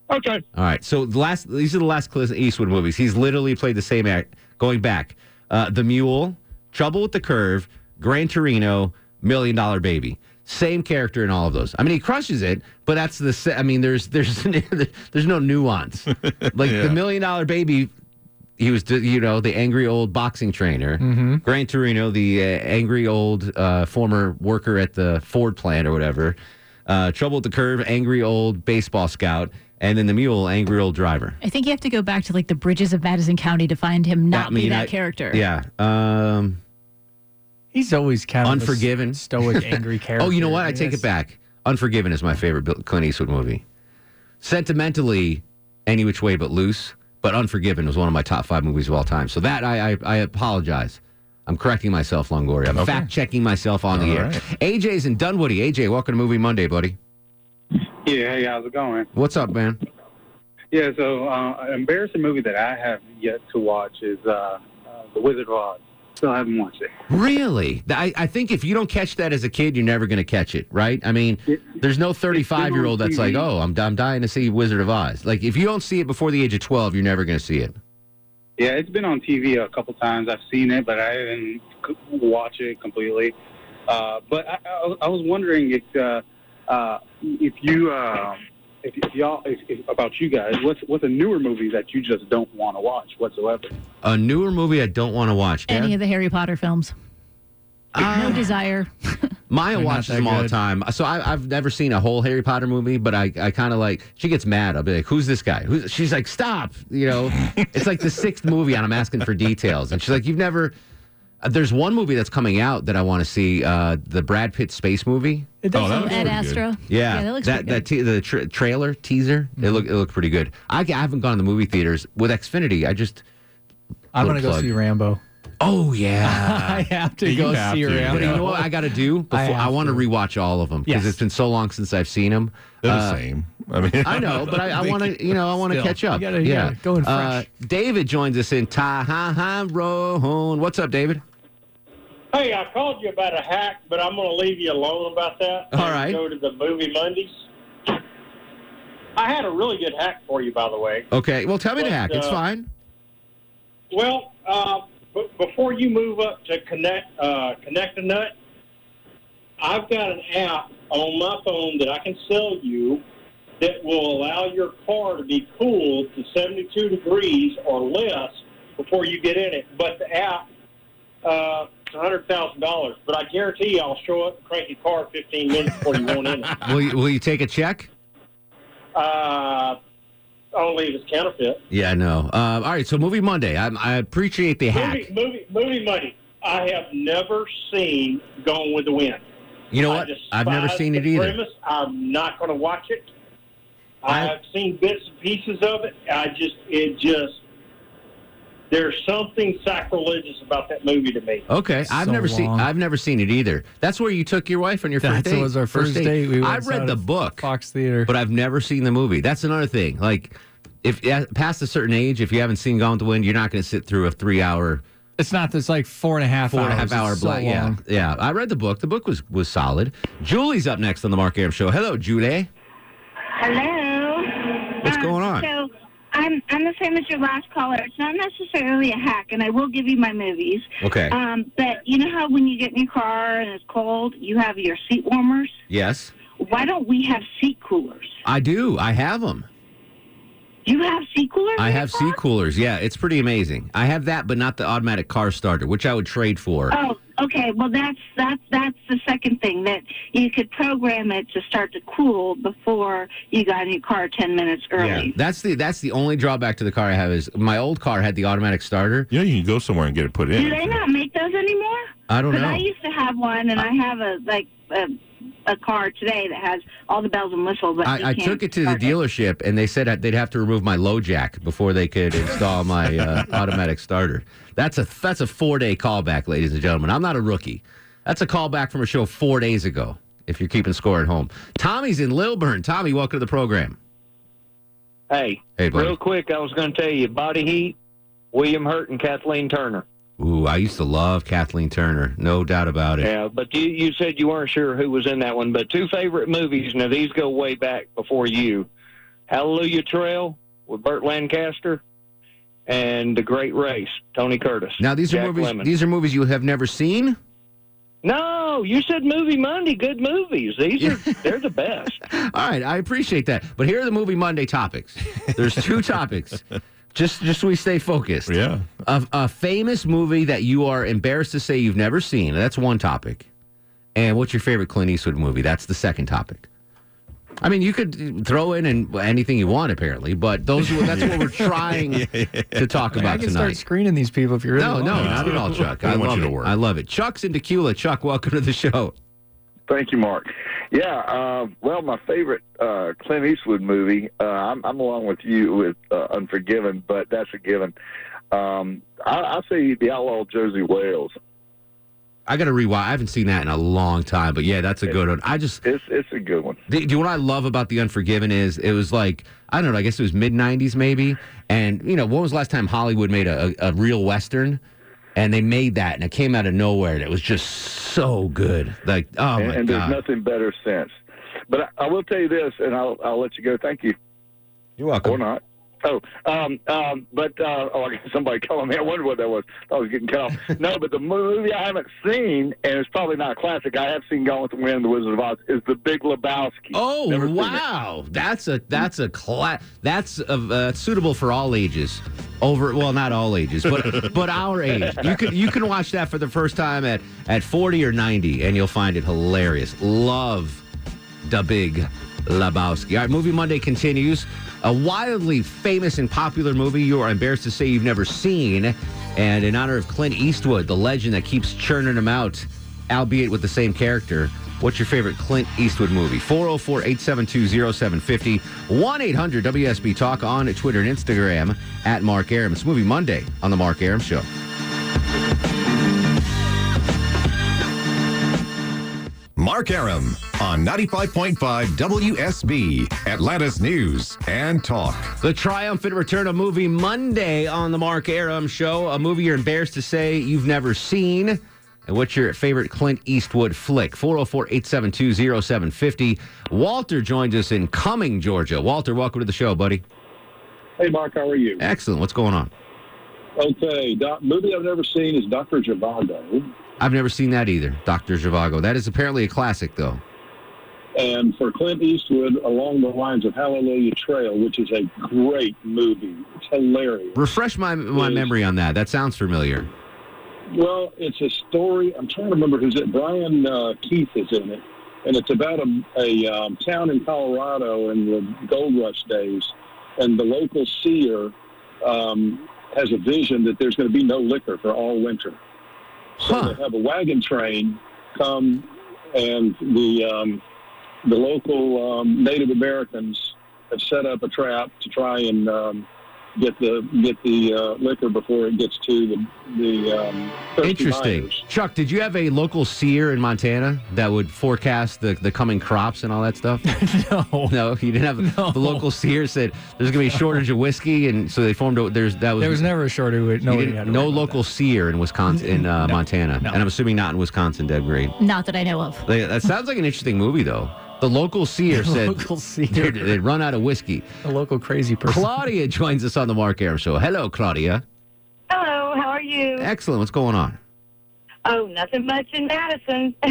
Speaker 19: Okay.
Speaker 2: All right. So the last these are the last Clint Eastwood movies. He's literally played the same act going back. Uh, the Mule, Trouble with the Curve, Gran Torino, Million Dollar Baby. Same character in all of those. I mean, he crushes it, but that's the. sa- I mean, there's there's <laughs> there's no nuance. Like
Speaker 10: Yeah.
Speaker 2: the Million Dollar Baby, he was you know the angry old boxing trainer.
Speaker 10: Mhm.
Speaker 2: Gran Torino, the uh, angry old uh, former worker at the Ford plant or whatever. Uh, Trouble at the curve, angry old baseball scout, and then the mule, angry old driver.
Speaker 4: I think you have to go back to like the bridges of Madison County to find him not
Speaker 2: I mean,
Speaker 4: be that
Speaker 2: I-
Speaker 4: character.
Speaker 2: Yeah. Um,
Speaker 11: He's always kind of a
Speaker 2: Unforgiven,
Speaker 11: stoic, angry
Speaker 2: <laughs> oh, you know
Speaker 11: character.
Speaker 2: what?
Speaker 11: I
Speaker 2: I
Speaker 11: mean,
Speaker 2: take
Speaker 11: that's-
Speaker 2: it back. Unforgiven is my favorite Bill- Clint Eastwood movie. Sentimentally, any which way but loose. But Unforgiven was one of my top five movies of all time. So that I I, I apologize. I'm correcting myself, Longoria. I'm
Speaker 10: Okay.
Speaker 2: fact checking myself on the
Speaker 10: All
Speaker 2: air.
Speaker 10: right.
Speaker 2: AJ's in Dunwoody. AJ, welcome to Movie Monday, buddy.
Speaker 20: Yeah, hey, how's it going?
Speaker 2: What's up, man?
Speaker 20: Yeah, so uh, an embarrassing movie that I have yet to watch is uh, uh, The Wizard of Oz. Still haven't watched it.
Speaker 2: Really? Th- I, I think if you don't catch that as a kid, you're never going to catch it, right? I mean, there's no 35 year old that's like, oh, I'm, I'm dying to see Wizard of Oz. Like, if you don't see it before the age of 12, you're never going to see it.
Speaker 20: Yeah, it's been on TV a couple times. I've seen it, but I didn't c- watch it completely. Uh, but I, I, was- I was wondering if uh, uh, if you uh, if, if y'all if, if, about you guys, what's what's a newer movie that you just don't want to watch whatsoever?
Speaker 2: A newer movie I don't want to watch,
Speaker 4: Any
Speaker 2: Dad.
Speaker 4: of the Harry Potter films.
Speaker 2: Ah.
Speaker 4: no desire.
Speaker 2: Maya
Speaker 4: They're not
Speaker 2: watches
Speaker 4: that
Speaker 2: them all the
Speaker 4: good.
Speaker 2: time. So I, I've never seen a whole Harry Potter movie, but I, I kind of like, she gets mad. I'll be like, who's this guy? Who's, she's like, stop. You
Speaker 4: <laughs>
Speaker 2: know, it's like the sixth movie, and I'm asking for details. And she's like, you've never. uh, There's one movie that's coming out that I want to see, uh, the Brad Pitt space movie.
Speaker 4: It does Oh, that look looks Ad pretty good. Astra.
Speaker 2: Yeah,
Speaker 4: Yeah, Mm-hmm. that looks
Speaker 2: that
Speaker 4: pretty
Speaker 2: that t- the tra- trailer teaser. It looked it looked pretty good. I, I haven't gone to the movie theaters with Xfinity. I just
Speaker 11: I'm gonna
Speaker 2: Little
Speaker 11: go
Speaker 2: plug.
Speaker 11: see Rambo.
Speaker 2: Oh yeah,
Speaker 11: <laughs> I have to
Speaker 2: You
Speaker 11: go
Speaker 2: have
Speaker 11: see
Speaker 2: to,
Speaker 11: Rambo.
Speaker 2: But you know what I got to do? Before,
Speaker 11: I
Speaker 2: I,
Speaker 11: have
Speaker 2: want to rewatch all of them because
Speaker 11: Yes.
Speaker 2: it's been so long since I've seen them.
Speaker 10: They're the same. I mean,
Speaker 2: I know, but
Speaker 10: <laughs>
Speaker 2: I, I want to, you know, I want to
Speaker 10: Still.
Speaker 2: catch up.
Speaker 10: You gotta- you
Speaker 2: yeah,
Speaker 10: gotta go in
Speaker 2: Uh, David joins us in Taharon. What's up, David?
Speaker 12: Hey, I called you about a hack, but I'm going to leave you alone about that.
Speaker 2: All right.
Speaker 12: Go to the movie Mondays. I had a really good hack for you, by the way.
Speaker 2: Okay, well, tell me the
Speaker 12: But,
Speaker 2: hack. It's
Speaker 12: uh,
Speaker 2: fine.
Speaker 12: Well, uh, b- before you move up to connect uh, connect a nut, I've got an app on my phone that I can sell you that will allow your car to be cooled to 72 degrees or less before you get in it. But the app, uh, it's $100,000. But I guarantee you I'll show up and crank your car 15 minutes before you want
Speaker 2: <laughs>
Speaker 12: in it.
Speaker 2: <laughs> Will you, will you take a check?
Speaker 12: Uh, only if it's counterfeit.
Speaker 2: Yeah, I know. Uh, all right, so movie Monday. I, I appreciate the hack.
Speaker 12: Movie, movie, movie money. I have never seen Gone with the Wind.
Speaker 2: You know what? I've never
Speaker 12: Despise
Speaker 2: seen it
Speaker 12: the
Speaker 2: either.
Speaker 12: Premise. I'm not going to watch it. I've seen bits and pieces of it. I just, it just, there's something sacrilegious about that movie to me.
Speaker 2: Okay, I've
Speaker 12: So
Speaker 2: never seen.
Speaker 12: long.
Speaker 2: I've never seen it either. That's where you took your wife on your first
Speaker 11: That
Speaker 2: date.
Speaker 11: was our first date. We went
Speaker 2: I
Speaker 11: and saw
Speaker 2: read
Speaker 11: it
Speaker 2: the
Speaker 11: at
Speaker 2: book, Fox Theater, but I've never seen the movie. That's another thing. Like, if yeah, past a certain age, if you haven't seen Gone with the Wind, you're not going to sit through a three hour
Speaker 11: It's not this like four and a half
Speaker 2: Four
Speaker 11: hours.
Speaker 2: and a half hour
Speaker 11: It's so
Speaker 2: black. yeah,
Speaker 11: long.
Speaker 2: yeah. I read the book. The book was was solid. Julie's up next on the Mark Aram Show. Hello, Julie.
Speaker 1: Hello. Uh,
Speaker 2: What's going on?
Speaker 1: So I'm I'm the same as your last caller. It's not necessarily a hack, and I will give you my movies.
Speaker 2: Okay.
Speaker 1: Um, but you know how when you get in your car and it's cold, you have your seat warmers.
Speaker 2: Yes,
Speaker 1: Why don't we have seat coolers?
Speaker 2: I do. I have them.
Speaker 1: You have seat coolers.
Speaker 2: I have seat coolers. Yeah, it's pretty amazing. I have that, but not the automatic car starter, which I would trade for.
Speaker 1: Oh, okay. Well, that's that's that's the second thing that you could program it to start to cool before you got in your car ten minutes early.
Speaker 2: Yeah, that's the that's the only drawback to the car I have is my old car had the automatic starter.
Speaker 21: You know, you can go somewhere and get it put
Speaker 1: Do they not make those anymore?
Speaker 2: I don't
Speaker 1: Because
Speaker 2: know.
Speaker 1: I used to have one, and I have a like a, a car today that has all the bells and whistles. But you
Speaker 2: I, I
Speaker 1: can't
Speaker 2: took it to the
Speaker 1: start
Speaker 2: dealership and they said that they'd have to remove my low jack before they could install my
Speaker 1: <laughs>
Speaker 2: uh, automatic starter. That's a that's a four day callback, ladies and gentlemen. I'm not a rookie. That's a callback from a show four days ago. If you're keeping score at home, Tommy's in Lilburn. Tommy, welcome to the program.
Speaker 22: Hey,
Speaker 2: Hey, buddy.
Speaker 22: real quick, I was going to tell you Body Heat, William Hurt, and Kathleen Turner.
Speaker 2: Ooh, I used to love Kathleen Turner, no doubt about it.
Speaker 22: Yeah, but you, you said you weren't sure who was in that one. But two favorite movies, now these go way back before you Hallelujah Trail with Burt Lancaster and The Great Race, Tony Curtis.
Speaker 2: Now these
Speaker 22: Jack
Speaker 2: are movies.
Speaker 22: Lemmon.
Speaker 2: These are movies you have never seen.
Speaker 22: no, you said Movie Monday, good movies. These are, they're the best.
Speaker 2: All right, I appreciate that. But here are the movie Monday topics. There's
Speaker 22: <laughs>
Speaker 2: two topics. Just just so we stay focused.
Speaker 21: Yeah.
Speaker 2: A, a famous movie that you are embarrassed to say you've never seen. That's one topic. And what's your favorite Clint Eastwood movie? That's the second topic. I mean, you could throw in and anything you want, apparently, but those are- that's
Speaker 11: <laughs>
Speaker 2: what we're trying to talk
Speaker 11: Like, I
Speaker 2: about
Speaker 11: can
Speaker 2: tonight.
Speaker 11: start screening these people if you really
Speaker 2: no,
Speaker 11: want
Speaker 2: no,
Speaker 11: <laughs> me
Speaker 2: not
Speaker 11: to.
Speaker 2: at all, Chuck. I love it. I love it. Chuck's in Tequila. Chuck, welcome to the show.
Speaker 23: Thank you, Mark. Yeah, uh, well, my favorite uh, Clint Eastwood movie. Uh, I'm, I'm along with you with uh, Unforgiven, but that's a given. Um, I, I say the outlaw Josie Wales.
Speaker 2: I got to rewatch. I haven't seen that in a long time, but yeah, that's a good one. I just
Speaker 23: it's it's a good one.
Speaker 2: Do, you know what I love about The Unforgiven is it was like I don't know. I guess it was mid '90s maybe, and you know when was the last time Hollywood made a, a, a real western? And they made that, and it came out of nowhere, and it was just so good. Like oh
Speaker 23: and,
Speaker 2: my
Speaker 23: and there's
Speaker 2: god,
Speaker 23: nothing better since. But I, I will tell you this, and I'll, I'll let you go. Thank you.
Speaker 2: You're welcome.
Speaker 23: Or not. Oh, um, um, but uh, oh, I got somebody <laughs> calling me. I wondered what that was. I was getting cut off. no, but the movie I haven't seen, and it's probably not a classic. I have seen Gone with the Wind, and The Wizard of Oz, is The Big Lebowski.
Speaker 2: Oh
Speaker 23: Never seen it.
Speaker 2: wow, that's a that's a cla- that's a, uh, suitable for all ages. Over well, not all ages, but <laughs> but our age. You can you can watch that for the first time at at forty or ninety, and you'll find it hilarious. Love the big Lebowski. All right, Movie Monday continues. A wildly famous and popular movie you are embarrassed to say you've never seen, and in honor of Clint Eastwood, the legend that keeps churning them out, albeit with the same character. What's your favorite Clint Eastwood movie? 404 872 0750 1 800 WSB Talk on Twitter and Instagram at Mark Aram. It's Movie Monday on The Mark Aram Show.
Speaker 10: Mark Aram on 95.5 WSB, Atlantis News and Talk.
Speaker 2: The triumphant return of Movie Monday on the Mark Aram Show, a movie you're embarrassed to say you've never seen. And what's your favorite Clint Eastwood flick? 404 872 0750. Walter joins us in Cumming, Georgia. Walter, welcome to the show, buddy.
Speaker 12: Hey, Mark, how are you?
Speaker 2: Excellent. What's going on?
Speaker 12: Okay, doc, movie I've never seen is Doctor Zhivago,
Speaker 2: I've never seen that either, Dr. Zhivago. That is apparently a classic, though.
Speaker 12: and for Clint Eastwood, along the lines of Hallelujah Trail, which is a great movie. It's hilarious.
Speaker 2: Refresh my, my memory on that. That sounds familiar.
Speaker 12: Well, it's a story. I'm trying to remember who's it. Brian uh, Keith is in it, and it's about a, a um, town in Colorado in the Gold Rush days, and the local seer um, has a vision that there's going to be no liquor for all winter. So they have a wagon train come, and the um, the local um, Native Americans have set up a trap to try and um,
Speaker 24: get the get the uh, liquor before it gets to the the um, thirsty
Speaker 2: Interesting.
Speaker 24: buyers.
Speaker 2: Chuck, did you have a local seer in Montana that would forecast the, the coming crops and all that stuff? no. <laughs> No, you didn't have the local seer said there's going to be a shortage of whiskey and so they formed a there's that was
Speaker 11: There was never a shorter.
Speaker 2: you
Speaker 11: nobody
Speaker 2: didn't-
Speaker 11: had to
Speaker 2: no local seer in Wisconsin in
Speaker 11: <laughs>
Speaker 2: uh, Montana. And I'm assuming not in Wisconsin, Deb Green.
Speaker 4: Not that I know of.
Speaker 2: They- That sounds like an interesting movie though. The local seer
Speaker 11: <laughs> The
Speaker 2: <laughs> said
Speaker 11: local seer.
Speaker 2: They'd, they'd run out of
Speaker 11: <laughs>
Speaker 2: whiskey.
Speaker 11: A local crazy person.
Speaker 2: Claudia joins us on the Mark Aram show. Hello, Claudia.
Speaker 1: Hello, how are you?
Speaker 2: Excellent. What's going on?
Speaker 1: Oh, nothing much in Madison. <laughs>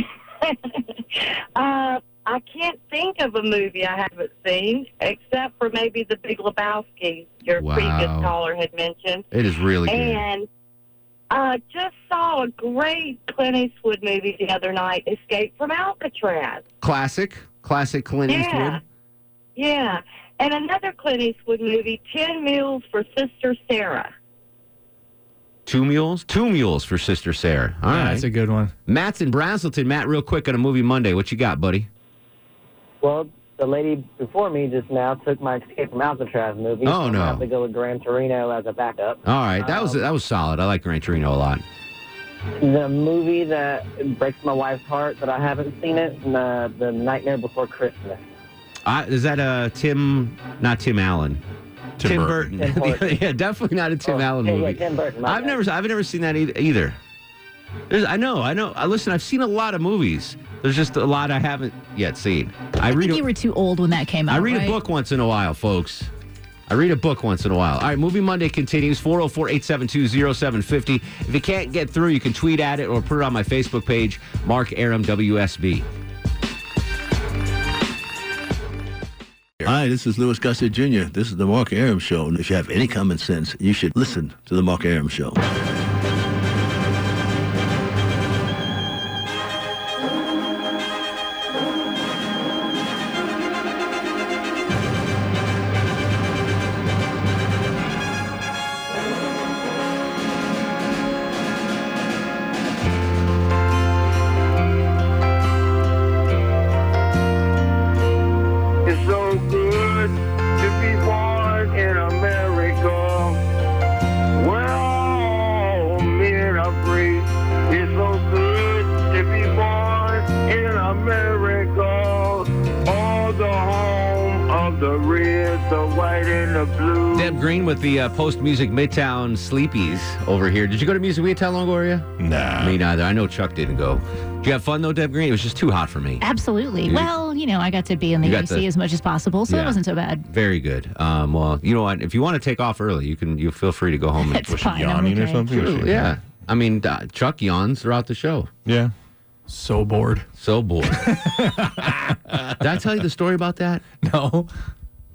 Speaker 1: uh, I can't think of a movie I haven't seen, except for maybe The Big Lebowski, your
Speaker 2: Wow.
Speaker 1: previous caller had mentioned.
Speaker 2: It is really good.
Speaker 1: And uh, just saw a great Clint Eastwood movie the other night, Escape from Alcatraz.
Speaker 2: Classic, classic Clint
Speaker 1: Yeah.
Speaker 2: Eastwood.
Speaker 1: Yeah. And another Clint Eastwood movie, Ten Mules for Sister Sarah.
Speaker 2: Two mules, two mules for Sister Sarah. All right,
Speaker 11: Yeah, that's a good one.
Speaker 2: Matt's in Braselton. Matt, real quick on a movie Monday. What you got, buddy?
Speaker 25: Well, the lady before me just now took my Escape from Alcatraz movie.
Speaker 2: Oh,
Speaker 25: so I'm
Speaker 2: no.
Speaker 25: gonna have to go with Gran Torino as a backup.
Speaker 2: All right, that was
Speaker 25: Um,
Speaker 2: that was solid. I like Gran Torino a lot.
Speaker 25: The movie that breaks my wife's heart that I haven't seen it, the, the Nightmare Before Christmas.
Speaker 2: I, is that uh Tim? Not Tim Allen.
Speaker 25: Tim Burton. Tim Burton.
Speaker 2: <laughs> yeah, definitely not a Tim Allen
Speaker 25: yeah,
Speaker 2: movie.
Speaker 25: yeah, Tim Burton, my
Speaker 2: I've
Speaker 25: bad.
Speaker 2: never, I've never seen that eith- either. There's, I know, I know. I listen. I've seen a lot of movies. There's just a lot I haven't yet seen. I,
Speaker 4: I
Speaker 2: read.
Speaker 4: think
Speaker 2: a-
Speaker 4: you were too old when that came out.
Speaker 2: I read
Speaker 4: right?
Speaker 2: a book once in a while, folks. I read a book once in a while. All right, Movie Monday continues 404 872 0750. If you can't get through, you can tweet at it or put it on my Facebook page, Mark Aram WSB.
Speaker 3: Hi, this is Louis Gossett Jr. This is the Mark Aram Show. And if you have any common sense, you should listen to the Mark Aram Show.
Speaker 12: It's so good to be born in America. Where all men are free. It's so good to be born in America. All the home of the red, the white, and the blue.
Speaker 2: Deb Green with the uh, post music Midtown Sleepies over here. Did you go to Music Midtown Longoria? Nah. Me neither. I know Chuck didn't go. Did you have fun though, Deb Green? It was just too hot for me.
Speaker 4: Absolutely.
Speaker 2: You-
Speaker 4: Well, you know, I got to be in the
Speaker 2: You got
Speaker 4: UC
Speaker 2: the-
Speaker 4: as much as possible, so
Speaker 2: Yeah.
Speaker 4: it wasn't so bad.
Speaker 2: Very good. Um, well, you know what? If you want to take off early, you can. You feel free to go home.
Speaker 4: That's Was she fine, I'm yawning or okay. something? Was
Speaker 2: Sure,
Speaker 4: she-
Speaker 2: yeah. I mean, uh, Chuck yawns throughout the show. Yeah. So bored. So bored. Did I tell you the story about that? No.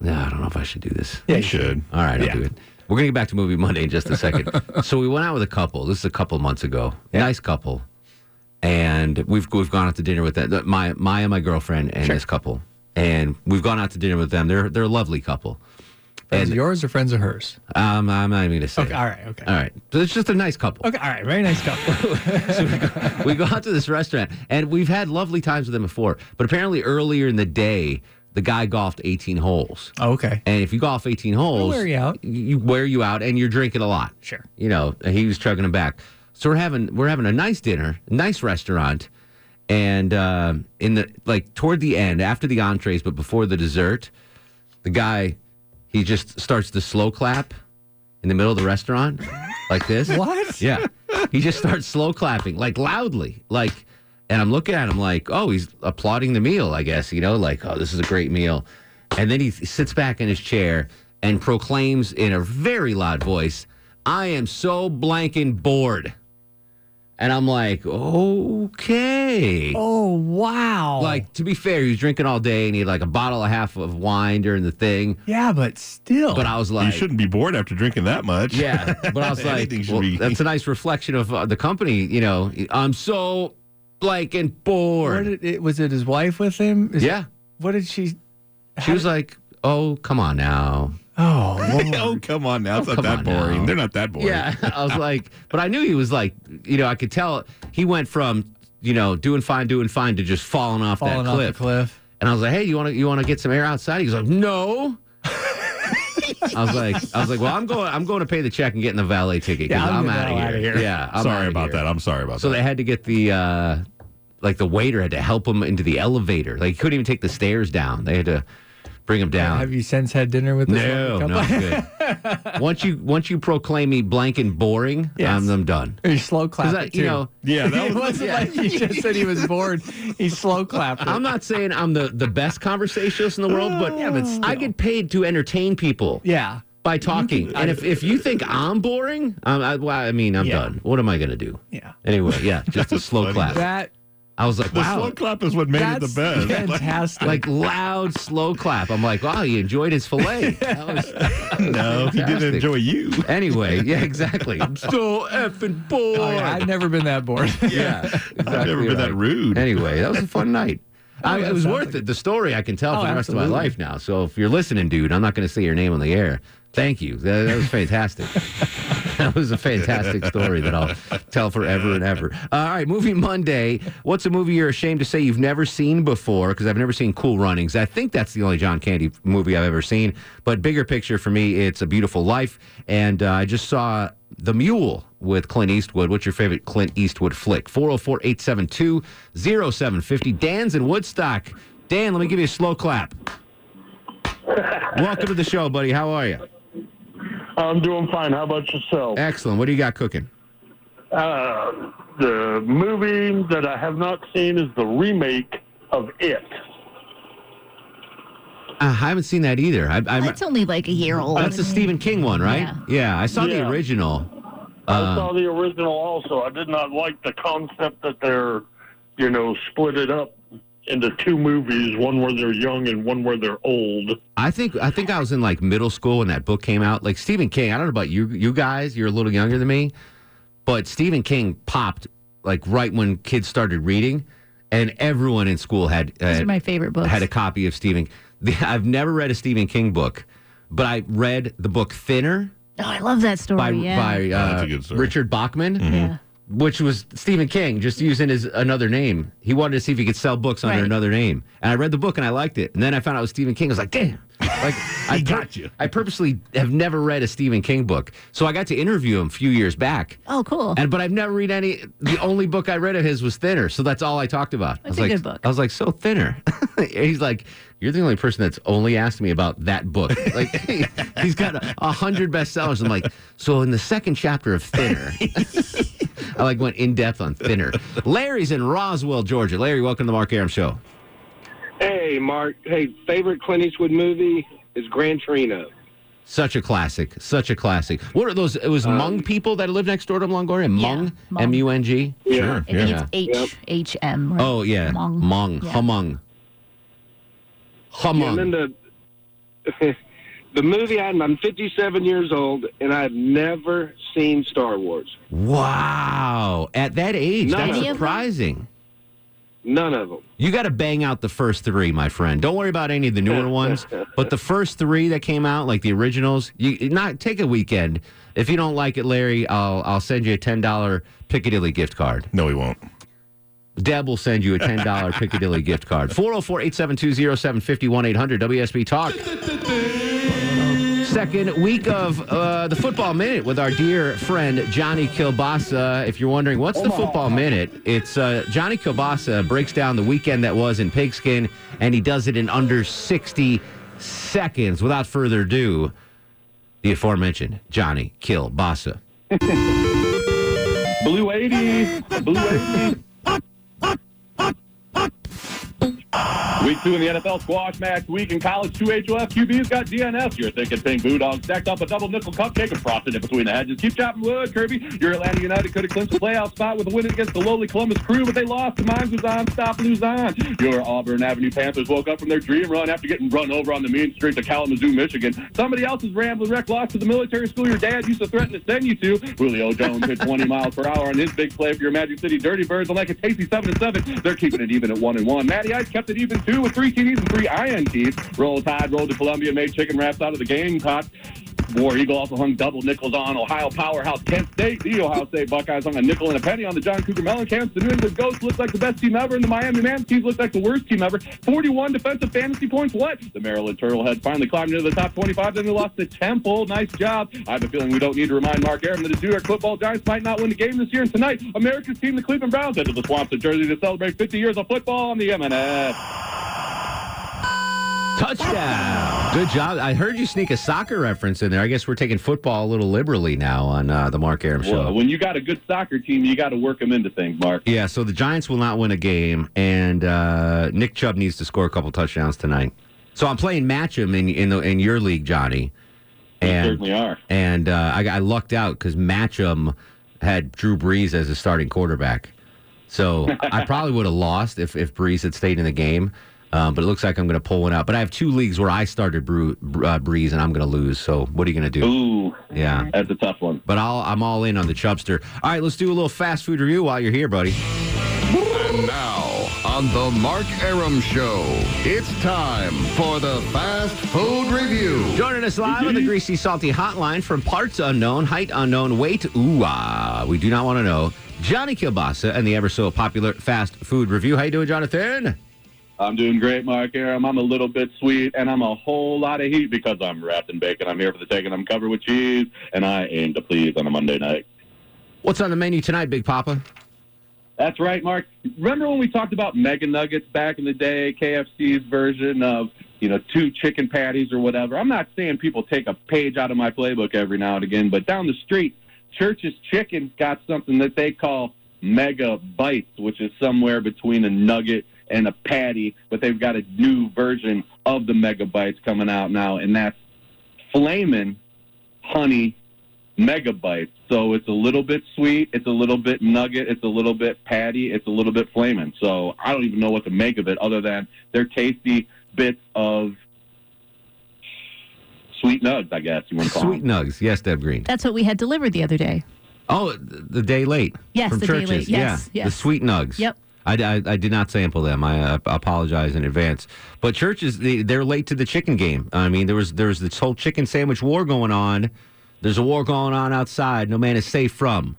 Speaker 2: No, I don't know if I should do this.
Speaker 10: Yeah, you should.
Speaker 2: All right, I'll do it. We're gonna get back to movie Monday in just a second. so we went out with a couple. This is a couple months ago. Nice couple. And we've we've gone out to dinner with that. My Maya, my girlfriend, and this couple. And we've gone out to dinner with them. They're they're a lovely couple.
Speaker 11: Friends of yours or friends of hers?
Speaker 2: Um, I'm not even gonna say.
Speaker 11: Okay,
Speaker 2: it.
Speaker 11: all right, okay.
Speaker 2: All right. So it's just a nice couple.
Speaker 11: Okay, all right, very nice couple.
Speaker 2: <laughs> we go out to this restaurant and we've had lovely times with them before. But apparently earlier in the day, the guy golfed 18 holes.
Speaker 11: Oh, okay.
Speaker 2: And if you golf 18 holes,
Speaker 11: wear you out.
Speaker 2: You wear you out and you're drinking a lot.
Speaker 11: Sure.
Speaker 2: You know, he was chugging them back. So we're having we're having a nice dinner, nice restaurant. And uh, in the like toward the end, after the entrees, but before the dessert, the guy he just starts the slow clap in the middle of the restaurant like this.
Speaker 12: What?
Speaker 2: Yeah. He just starts slow clapping, like loudly. Like, and I'm looking at him like, oh, he's applauding the meal, I guess, you know, like, oh, this is a great meal. And then he sits back in his chair and proclaims in a very loud voice, I am so blanking bored. And I'm like, okay.
Speaker 11: Oh wow!
Speaker 2: Like to be fair, he was drinking all day and he had like a bottle and a half of wine during the thing.
Speaker 11: yeah, but still.
Speaker 2: But I was like,
Speaker 10: you shouldn't be bored after drinking that much. <laughs>
Speaker 2: yeah, but I was like,
Speaker 10: Anything should
Speaker 2: well,
Speaker 10: be-
Speaker 2: that's a nice reflection of uh, the company. You know, I'm so blank and
Speaker 11: Where
Speaker 2: bored.
Speaker 11: did it, was it his wife with him? Is
Speaker 2: Yeah.
Speaker 11: what did she?
Speaker 2: she was like, "Oh, come on now." <laughs>
Speaker 11: <laughs> Oh,
Speaker 10: oh, come on now. It's
Speaker 2: Oh, come
Speaker 10: not that
Speaker 2: on
Speaker 10: boring.
Speaker 2: now.
Speaker 10: They're not that boring.
Speaker 2: Yeah, <laughs> I was like, but I knew he was like, you know, I could tell he went from you know doing fine, doing fine to just falling off
Speaker 11: Falling
Speaker 2: that
Speaker 11: off the
Speaker 2: cliff.
Speaker 11: cliff.
Speaker 2: And I was like, hey, you want to you want to get some air outside? He was like, no. I was like, I was like, well, I'm going, I'm going to pay the check and getting the valet ticket because
Speaker 10: Yeah, I'm
Speaker 2: I'm,
Speaker 10: getting
Speaker 2: out
Speaker 10: the hell
Speaker 2: of
Speaker 10: outta
Speaker 2: here.
Speaker 10: here.
Speaker 2: Yeah, I'm
Speaker 10: Sorry
Speaker 2: outta
Speaker 10: about
Speaker 2: here.
Speaker 10: that. I'm sorry about
Speaker 2: so
Speaker 10: that.
Speaker 2: they had to get the, uh like, the waiter had to help him into the elevator. Like, he couldn't even take the stairs down. They had to bring him down.
Speaker 11: Have you since had dinner with this
Speaker 2: No,
Speaker 11: lovely
Speaker 2: no,
Speaker 11: couple?
Speaker 2: I'm good. once you once you proclaim me blank and boring, I'm, I'm done.
Speaker 11: <laughs> He slow
Speaker 2: 'Cause
Speaker 11: clapped
Speaker 2: I-
Speaker 11: it,
Speaker 2: you
Speaker 11: too.
Speaker 2: know-
Speaker 10: Yeah, that
Speaker 11: it
Speaker 10: was-
Speaker 11: wasn't
Speaker 10: yeah.
Speaker 11: like <laughs> he just said he was bored. He slow clapped it.
Speaker 2: I'm not saying I'm the, the best conversationalist in the world, but,
Speaker 11: Oh. Yeah, but still.
Speaker 2: I get paid to entertain people.
Speaker 11: Yeah.
Speaker 2: By talking. and if, if you think I'm boring, I'm, I, well, I mean, I'm
Speaker 11: Yeah.
Speaker 2: done. What am I going to do?
Speaker 11: Yeah.
Speaker 2: Anyway, yeah, just a slow clap.
Speaker 11: That
Speaker 2: I was like,
Speaker 10: The
Speaker 2: wow.
Speaker 10: slow clap is what made it the
Speaker 11: That's
Speaker 10: best. <laughs>
Speaker 11: fantastic.
Speaker 2: Like loud, slow clap. I'm like, wow, you enjoyed his filet. That was
Speaker 10: no, he didn't
Speaker 2: fantastic.
Speaker 10: enjoy you.
Speaker 2: Anyway, yeah, exactly. I'm so effing bored.
Speaker 11: Oh, yeah, I've never been that
Speaker 10: <laughs>
Speaker 11: bored.
Speaker 2: Yeah, exactly
Speaker 10: I've never been that
Speaker 2: right.
Speaker 10: rude.
Speaker 2: Anyway, that was a fun night. I,
Speaker 11: that
Speaker 2: it was
Speaker 11: sounds
Speaker 2: worth it. The story I can tell
Speaker 11: Oh,
Speaker 2: for the rest of my
Speaker 11: absolutely.
Speaker 2: life now. So if you're listening, dude, I'm not going to say your name on the air. Thank you. That, that was fantastic. <laughs> that was a fantastic story that I'll tell forever and ever. All right, Movie Monday. What's a movie you're ashamed to say you've never seen before? Because I've never seen Cool Runnings. I think that's the only John Candy movie I've ever seen. But bigger picture for me, it's A Beautiful Life. And uh, I just saw The Mule with Clint Eastwood. What's your favorite Clint Eastwood flick? 404 872 0750. Dan's in Woodstock. Dan, let me give you a slow clap. Welcome to the show, buddy. How are you?
Speaker 6: I'm doing fine. How about yourself?
Speaker 2: Excellent. What do you got cooking?
Speaker 6: Uh, the movie that I have not seen is the remake of It.
Speaker 2: Uh, I haven't seen that either. I, I'm, oh,
Speaker 4: It's only like a year old.
Speaker 2: that's the Stephen King one, right? Yeah, I saw the
Speaker 6: Yeah.
Speaker 2: original.
Speaker 6: I
Speaker 2: Uh,
Speaker 6: saw the original also. I did not like the concept that they're, you know, split it up into two movies, one where they're young and one where they're old.
Speaker 2: I think I think I was in like middle school when that book came out. Like Stephen King, I don't know about you you guys, you're a little younger than me, but Stephen King popped like right when kids started reading, and everyone in school had
Speaker 4: Those
Speaker 2: uh,
Speaker 4: are my favorite books.
Speaker 2: had a copy of Stephen. The, <laughs> I've never read a Stephen King book, but I read the book Thinner
Speaker 4: oh, I love that story.
Speaker 2: by
Speaker 4: yeah.
Speaker 2: by
Speaker 10: Oh, that's
Speaker 2: uh,
Speaker 10: a good story.
Speaker 2: Richard Bachman.
Speaker 4: yeah.
Speaker 2: which was Stephen King, just using his another name. He wanted to see if he could sell books under
Speaker 4: Right.
Speaker 2: another name. And I read the book and I liked it. And then I found out it was Stephen King. I was like, damn.
Speaker 10: <laughs>
Speaker 2: Like I pur-
Speaker 10: got you.
Speaker 2: I purposely have never read a Stephen King book. So I got to interview him a few years back.
Speaker 4: Oh, cool.
Speaker 2: And but I've never read any the only book I read of his was Thinner. So that's all I talked about. I
Speaker 4: That's
Speaker 2: was
Speaker 4: a
Speaker 2: like
Speaker 4: good book.
Speaker 2: I was like, so thinner. <laughs> And he's like, You're the only person that's only asked me about that
Speaker 4: <laughs>
Speaker 2: book. Like he's got a, a hundred bestsellers. I'm like, so in the second chapter of Thinner <laughs> I like went in depth on Thinner. Larry's in Roswell, Georgia. Larry, welcome to the Mark Aram Show.
Speaker 9: Hey, Mark. Hey, favorite Clint Eastwood movie is Gran Torino.
Speaker 2: Such a classic. Such a classic. What are those? It was
Speaker 9: Um,
Speaker 2: Hmong people that live next door to Longoria? Hmong?
Speaker 4: Hmong.
Speaker 2: M U N G?
Speaker 9: Yeah.
Speaker 4: I think it's H H M. right?
Speaker 2: Oh, yeah.
Speaker 4: Hmong.
Speaker 2: Hmong.
Speaker 4: Yeah.
Speaker 2: Hmong.
Speaker 9: Yeah,
Speaker 2: Hmong.
Speaker 9: And then the <laughs> the movie. I'm, I'm 57 years old, and I've never seen Star Wars.
Speaker 2: Wow. At that age,
Speaker 9: None of
Speaker 2: that's
Speaker 9: them.
Speaker 2: surprising.
Speaker 9: None of them.
Speaker 2: You got to bang out the first three, my friend. Don't worry about any of
Speaker 9: <laughs>
Speaker 2: the newer ones, but the first three that came out, like the originals, you not take a weekend. If you don't like it, Larry, I'll I'll send you a ten dollar Piccadilly gift card.
Speaker 10: No, he won't.
Speaker 2: Deb will send you a ten dollar Piccadilly gift card. 404 872 751 800 WSB Talk. Second week of uh, the football minute with our dear friend Johnny Kilbasa. If you're wondering what's the football minute, it's uh, Johnny Kilbasa breaks down the weekend that was in pigskin, and he does it in under 60 seconds. Without further ado, the aforementioned Johnny Kilbasa.
Speaker 6: Blue 80, Blue 80.
Speaker 12: Week two in the NFL squash match week in college. Two HOF QBs got DNFs. You're thinking Pink Bulldogs stacked up a double nickel cupcake and frosted it between the hedges. Keep chopping wood, Kirby. Your Atlanta United could have clinched the playoff spot with a win against the lowly Columbus Crew, but they lost to Mine Luzon. Stop Luzon. Your Auburn Avenue Panthers woke up from their dream run after getting run over on the mean streets of Kalamazoo, Michigan. Somebody else's rambling wreck lost to the military school your dad used to threaten to send you to. Julio Jones hit 20 <laughs> miles per hour on his big play for your Magic City Dirty Birds, and like a tasty seven to seven, they're keeping it even at one and one. Matty Ice kept it even two with three TDs and three INTs. Roll Tide rolled to Columbia, made chicken wraps out of the game pot. War Eagle also hung double nickels on Ohio Powerhouse Kent State. The Ohio State Buckeyes hung a nickel and a penny on the John Cougar Mellencamps. The New England Ghosts looked like the best team ever, and the Miami Mantees looked like the worst team ever. 41 defensive fantasy points. What? The Maryland Turtleheads finally climbed into the top 25, then they lost to Temple. Nice job. I have a feeling we don't need to remind Mark Aram that the New York football Giants might not win the game this year, and tonight, America's team, the Cleveland Browns, head to the swamps of Jersey to celebrate 50 years of football on the M&S.
Speaker 2: Touchdown. Good job. I heard you sneak a soccer reference in there. I guess we're taking football a little liberally now on uh, the Mark Aram show.
Speaker 12: Well, when you got a good soccer team, you got to work them into things, Mark.
Speaker 2: yeah, so the Giants will not win a game, and uh, Nick Chubb needs to score a couple touchdowns tonight. So I'm playing matchem in in, the, in your league, Johnny. And,
Speaker 12: certainly are.
Speaker 2: And uh, I, I lucked out because matchem had Drew Brees as his starting quarterback. So I probably would have lost if, if Brees had stayed in the game. Um, but it looks like I'm going to pull one out. But I have two leagues where I started Bru- uh, Breeze and I'm going to lose. So what are you going to do?
Speaker 12: Ooh,
Speaker 2: yeah,
Speaker 12: that's a tough one.
Speaker 2: But I'll, I'm all in on the Chubster. All right, let's do a little fast food review while you're here, buddy.
Speaker 26: And now, on the Mark Aram Show, it's time for the Fast Food Review.
Speaker 2: Joining us live on the Greasy Salty Hotline from parts unknown, height unknown, weight ooh ah, we do not want to know. Johnny Kilbasa and the ever so popular fast food review. How you doing, Jonathan?
Speaker 12: I'm doing great, Mark Aram. I'm a little bit sweet, and I'm a whole lot of heat because I'm wrapped in bacon. I'm here for the taking. I'm covered with cheese, and I aim to please on a Monday night.
Speaker 2: What's on the menu tonight, Big Papa?
Speaker 12: That's right, Mark. Remember when we talked about Mega Nuggets back in the day, KFC's version of, you know, two chicken patties or whatever? I'm not saying people take a page out of my playbook every now and again, but down the street, Church's Chicken's got something that they call Mega Bites, which is somewhere between a nugget and a patty, but they've got a new version of the Mega Bites coming out now, and that's flaming honey megabytes. So it's a little bit sweet, it's a little bit nugget, it's a little bit patty, it's a little bit flaming. So I don't even know what to make of it other than they're tasty bits of sweet nugs, I guess you want to call
Speaker 2: Sweet nugs. Yes, Deb Green.
Speaker 4: That's what we had delivered the other day.
Speaker 2: Oh, the day late.
Speaker 4: Yes,
Speaker 2: from
Speaker 4: the day
Speaker 2: churches.
Speaker 4: late. Yes,
Speaker 2: yeah, the
Speaker 4: yes.
Speaker 2: sweet nugs.
Speaker 4: Yep.
Speaker 2: I, I, I did not sample them. I uh, apologize in advance. But churches, they, they're late to the chicken game. I mean, there was there was this whole chicken sandwich war going on. There's a war going on outside. No man is safe from.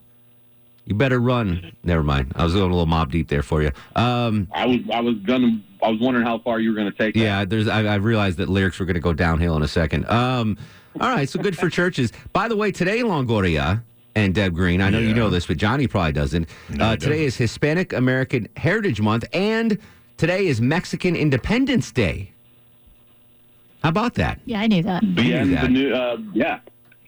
Speaker 2: You better run. Never mind. I was going a little mob deep there for you. Um,
Speaker 12: I was I was gonna I was wondering how far you were gonna take.
Speaker 2: Yeah, there's. I, I realized that lyrics were gonna go downhill in a second. Um, all right, so good for churches. By the way, today Longoria and Deb Green. I know you know this, but Johnny probably doesn't. uh, today is Hispanic American Heritage Month, and today is Mexican Independence Day. How about that?
Speaker 4: Yeah, I knew that.
Speaker 12: Bienvenue. Uh, yeah.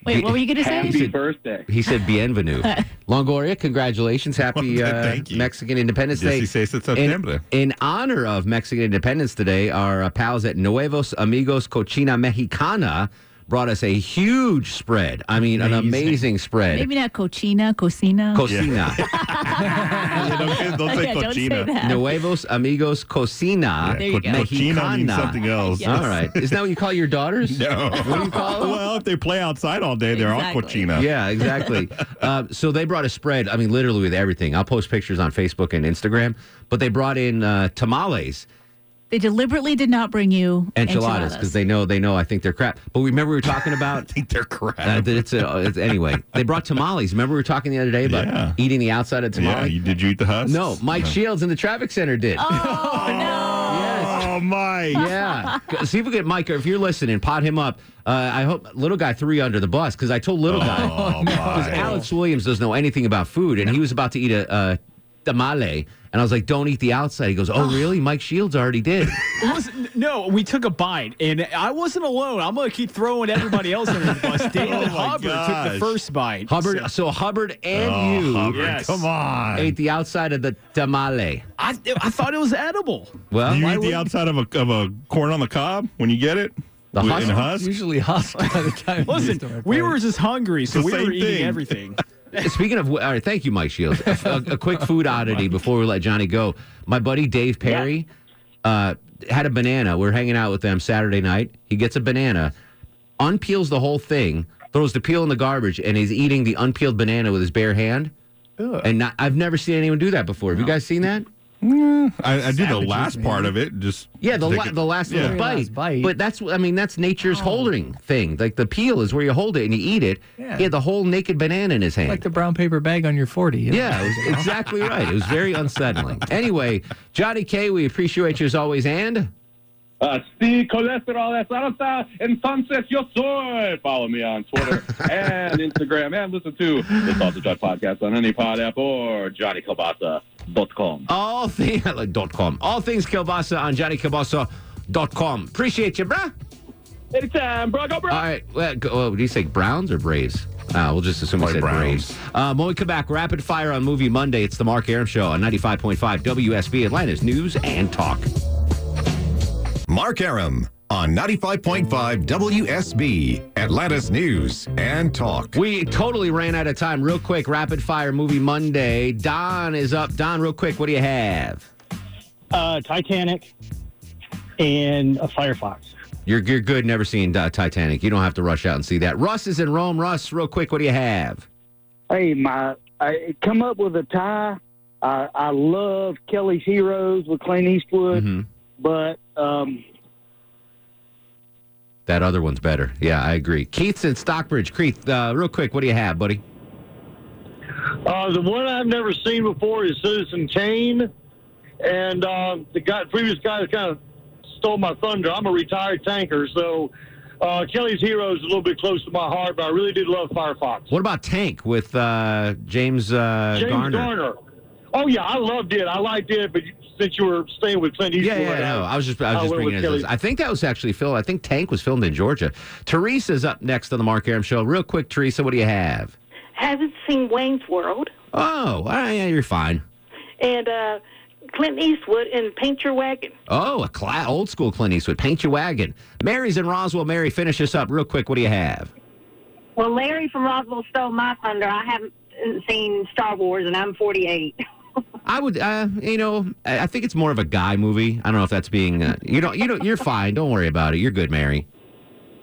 Speaker 4: Wait, what were you going to say?
Speaker 2: He said-
Speaker 12: birthday.
Speaker 2: He
Speaker 10: <laughs>
Speaker 2: said bienvenue. Longoria, congratulations. Happy
Speaker 10: Well,
Speaker 2: uh,
Speaker 10: thank you.
Speaker 2: Mexican Independence Day.
Speaker 10: 16 de septiembre.
Speaker 2: In, in honor of Mexican Independence Today, our uh, pals at Nuevos Amigos Cochina Mexicana brought us a huge spread. I mean, an amazing spread.
Speaker 4: Maybe not cochina, cocina.
Speaker 2: <laughs>
Speaker 4: <laughs>
Speaker 2: Cocina.
Speaker 4: don't- <laughs> don't say Yeah, don't say cochina. that.
Speaker 2: Nuevos Amigos Cocina.
Speaker 4: There you go.
Speaker 10: Cochina means
Speaker 2: Mexicana.
Speaker 10: something else. Yes.
Speaker 2: All right. Isn't that what you call your daughters?
Speaker 10: <laughs> No.
Speaker 2: What do you call them?
Speaker 10: well, if they play outside all day, they're
Speaker 4: <laughs>
Speaker 10: all cochina.
Speaker 2: Yeah,
Speaker 10: <laughs>
Speaker 2: exactly. uh, so they brought a spread. I mean, literally with everything. I'll post pictures on Facebook and Instagram. But they brought in uh, tamales,
Speaker 4: They deliberately did not bring you
Speaker 2: enchiladas, because they know they know I think they're crap. But remember we were talking
Speaker 10: <laughs>
Speaker 2: about. I
Speaker 10: think they're crap.
Speaker 2: it's a, it's, anyway, they brought tamales. Remember we were talking the other day about eating the outside of tamale.
Speaker 10: Yeah, you- did you eat the husk?
Speaker 2: No, Mike Shields in the traffic center did.
Speaker 10: Oh, my.
Speaker 2: Yeah. Go- See if we get Mike, or if you're listening, pot him up. Uh, I hope little guy threw you under the bus because I told little guy <laughs>
Speaker 10: Oh,
Speaker 2: because Alex Williams doesn't know anything about food, and he was about to eat a, a tamale, and I was like, "Don't eat the outside." He goes,
Speaker 10: <gasps>
Speaker 2: "Oh, really? Mike Shields already did."
Speaker 15: It wasn't, no, we took a bite, and I wasn't alone. I'm going to keep throwing everybody else under the
Speaker 10: <laughs> Oh
Speaker 15: bus. David Hubbard took the first bite.
Speaker 2: Hubbard, so, Hubbard and
Speaker 15: Oh,
Speaker 2: you,
Speaker 15: Hubbard, Yes. come on.
Speaker 2: ate the outside of the tamale.
Speaker 15: I, I thought it was
Speaker 27: <laughs>
Speaker 15: edible.
Speaker 2: Well,
Speaker 10: Do you
Speaker 2: why
Speaker 10: eat the
Speaker 2: wouldn't-
Speaker 10: outside of a, of a corn on the cob when you get it?
Speaker 2: The
Speaker 10: With-
Speaker 2: husk?
Speaker 10: in a husk?
Speaker 11: Usually husk by the time.
Speaker 15: Listen, we were just hungry, so
Speaker 2: The
Speaker 15: we were
Speaker 2: same
Speaker 15: eating
Speaker 27: <laughs>
Speaker 2: thing.
Speaker 15: everything.
Speaker 2: <laughs> Speaking of, all right, thank you, Mike Shields. A, a- a quick
Speaker 10: <laughs>
Speaker 2: food oddity before we let Johnny go. My buddy Dave Perry uh, had a banana. We are hanging out with them Saturday night. He gets a banana, unpeels the whole thing, throws the peel in the garbage, and he's eating the unpeeled banana with his bare hand. And not, I've never seen anyone do that before. Have you guys seen that?
Speaker 10: I, I do the last part of it. Just
Speaker 2: Yeah, the
Speaker 10: take
Speaker 2: la-
Speaker 10: it-
Speaker 2: the last
Speaker 10: Yeah.
Speaker 2: little bite. But that's I mean that's nature's
Speaker 11: Oh.
Speaker 2: holding thing. Like the peel is where you hold it and you eat it.
Speaker 11: Yeah.
Speaker 2: He had the whole naked banana in his hand.
Speaker 11: Like the brown paper bag on your 40. <laughs> you know?
Speaker 2: Yeah, it was exactly right. It was very unsettling. Anyway, Johnny K, we appreciate you as always. And
Speaker 12: Uh, see cholesterol es alta, entonces yo soy. Follow me on
Speaker 4: <laughs>
Speaker 12: Twitter and Instagram and listen to the Salsa Drive podcast on any pod app or johnnycalbasa.com.
Speaker 2: all <laughs> things dot com. All things kielbasa on JohnnyKielbasa.com. Appreciate you, bruh.
Speaker 12: Anytime, bro. Go, bro.
Speaker 28: Uh,
Speaker 2: All right. Well, go, oh, do you say Browns or Braves? Uh, we'll just assume we said Braves. Um, when we come back, rapid fire on Movie Monday. It's the Mark Aram Show on 95.5 WSB Atlanta's News and Talk.
Speaker 29: Mark Aram on 95.5 WSB, Atlantis News and Talk.
Speaker 2: We totally ran out of time. Real quick, rapid fire movie Monday. Don is up. Don, real quick, what do you have?
Speaker 28: Uh, Titanic and a Firefox.
Speaker 2: You're, you're good. Never seen uh, Titanic. You don't have to rush out and see that. Russ is in Rome. Russ, real quick, what do you have?
Speaker 30: Hey, my, I come up with a tie. I, I love Kelly's Heroes with Clint Eastwood,
Speaker 28: Mm-hmm.
Speaker 30: but um,
Speaker 2: That other one's better. Yeah, I agree. Keith's in Stockbridge. Keith, uh, real quick, what do you have, buddy?
Speaker 31: Uh, the one I've never seen before is Citizen Kane, and uh, the guy, previous guy that kind of stole my thunder. I'm a retired tanker, so uh, Kelly's Hero is a little bit close to my heart, but I really do love Firefox.
Speaker 2: What about Tank with uh, James, uh,
Speaker 31: James Garner. Oh yeah, I loved it. I liked it, but since you were staying with Clint
Speaker 2: Yeah,
Speaker 31: Eastwood,
Speaker 2: yeah, no. I was just, I was just
Speaker 31: went
Speaker 2: bringing
Speaker 31: with
Speaker 2: it. as-
Speaker 31: Oh, Kelly.
Speaker 2: I think that was actually filmed. I think Tank was filmed in Georgia. Teresa's up next on the Mark Aram Show. Real quick, Teresa, what do you have?
Speaker 32: Haven't seen Wayne's World
Speaker 2: Oh, all right, yeah, you're fine.
Speaker 32: and uh, Clint Eastwood in Paint Your Wagon.
Speaker 2: Oh, a cla- old school Clint Eastwood. Paint your wagon. Mary's in Roswell. Mary, finish this up real quick. What do you have?
Speaker 33: Well, Larry from Roswell stole my thunder. I haven't seen Star Wars, and I'm 48.
Speaker 2: I would, uh, you know, I I think it's more of a guy movie. I don't know if that's being, uh, you know, you know, you're fine. Don't worry about it. You're good, Mary.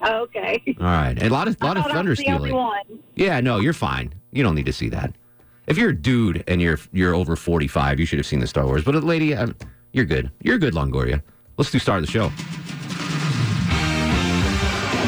Speaker 33: okay.
Speaker 2: All right. And a lot of,
Speaker 33: Thought <laughs>
Speaker 2: lot of
Speaker 33: I was
Speaker 2: thunder
Speaker 33: the only
Speaker 2: stealing.
Speaker 33: one.
Speaker 2: Yeah, no, you're fine. You don't need to see that. If you're a dude and you're you're over 45, you should have seen the Star Wars. But a lady, um, you're good. You're good, Longoria. Let's do start of the show.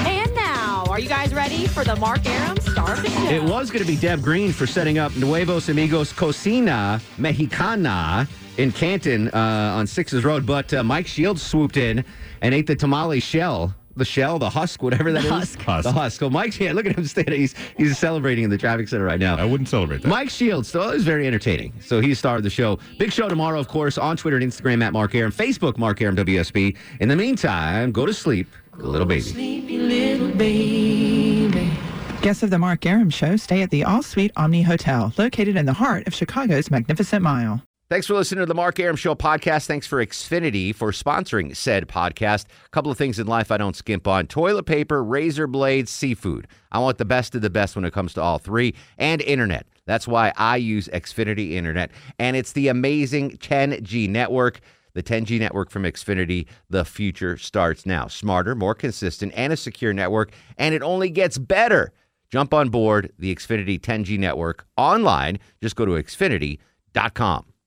Speaker 34: And now, are you guys ready for the Mark Aram Star of the Show?
Speaker 2: It was going to be Deb Green for setting up Nuevos Amigos Cocina Mexicana in Canton uh, on Sixes Road, but uh, Mike Shields swooped in and ate the tamale shell. The shell, the husk, whatever that is.
Speaker 10: The husk.
Speaker 2: The husk. Well, Mike, yeah, look at him standing. He's, he's celebrating in the traffic center right now. I
Speaker 10: wouldn't celebrate that.
Speaker 2: Mike Shields, though, is very entertaining. So he started the show. Big show tomorrow, of course, on Twitter and Instagram at Mark Aram, Facebook, Mark Aram WSB. In the meantime, go to sleep, little baby.
Speaker 27: Sleepy little baby. Guests of the Mark Aram Show stay at the All Suite Omni Hotel, located in the heart of Chicago's Magnificent Mile.
Speaker 2: Thanks for listening to the Mark Aram Show podcast. Thanks for Xfinity for sponsoring said podcast. A couple of things in life I don't skimp on toilet paper, razor blades, seafood. I want the best of the best when it comes to all three, and internet. That's why I use Xfinity Internet, and it's the amazing 10G network. The 10G network from Xfinity, the future starts now. Smarter, more consistent, and a secure network, and it only gets better. Jump on board the Xfinity 10G network online. Just go to xfinity.com.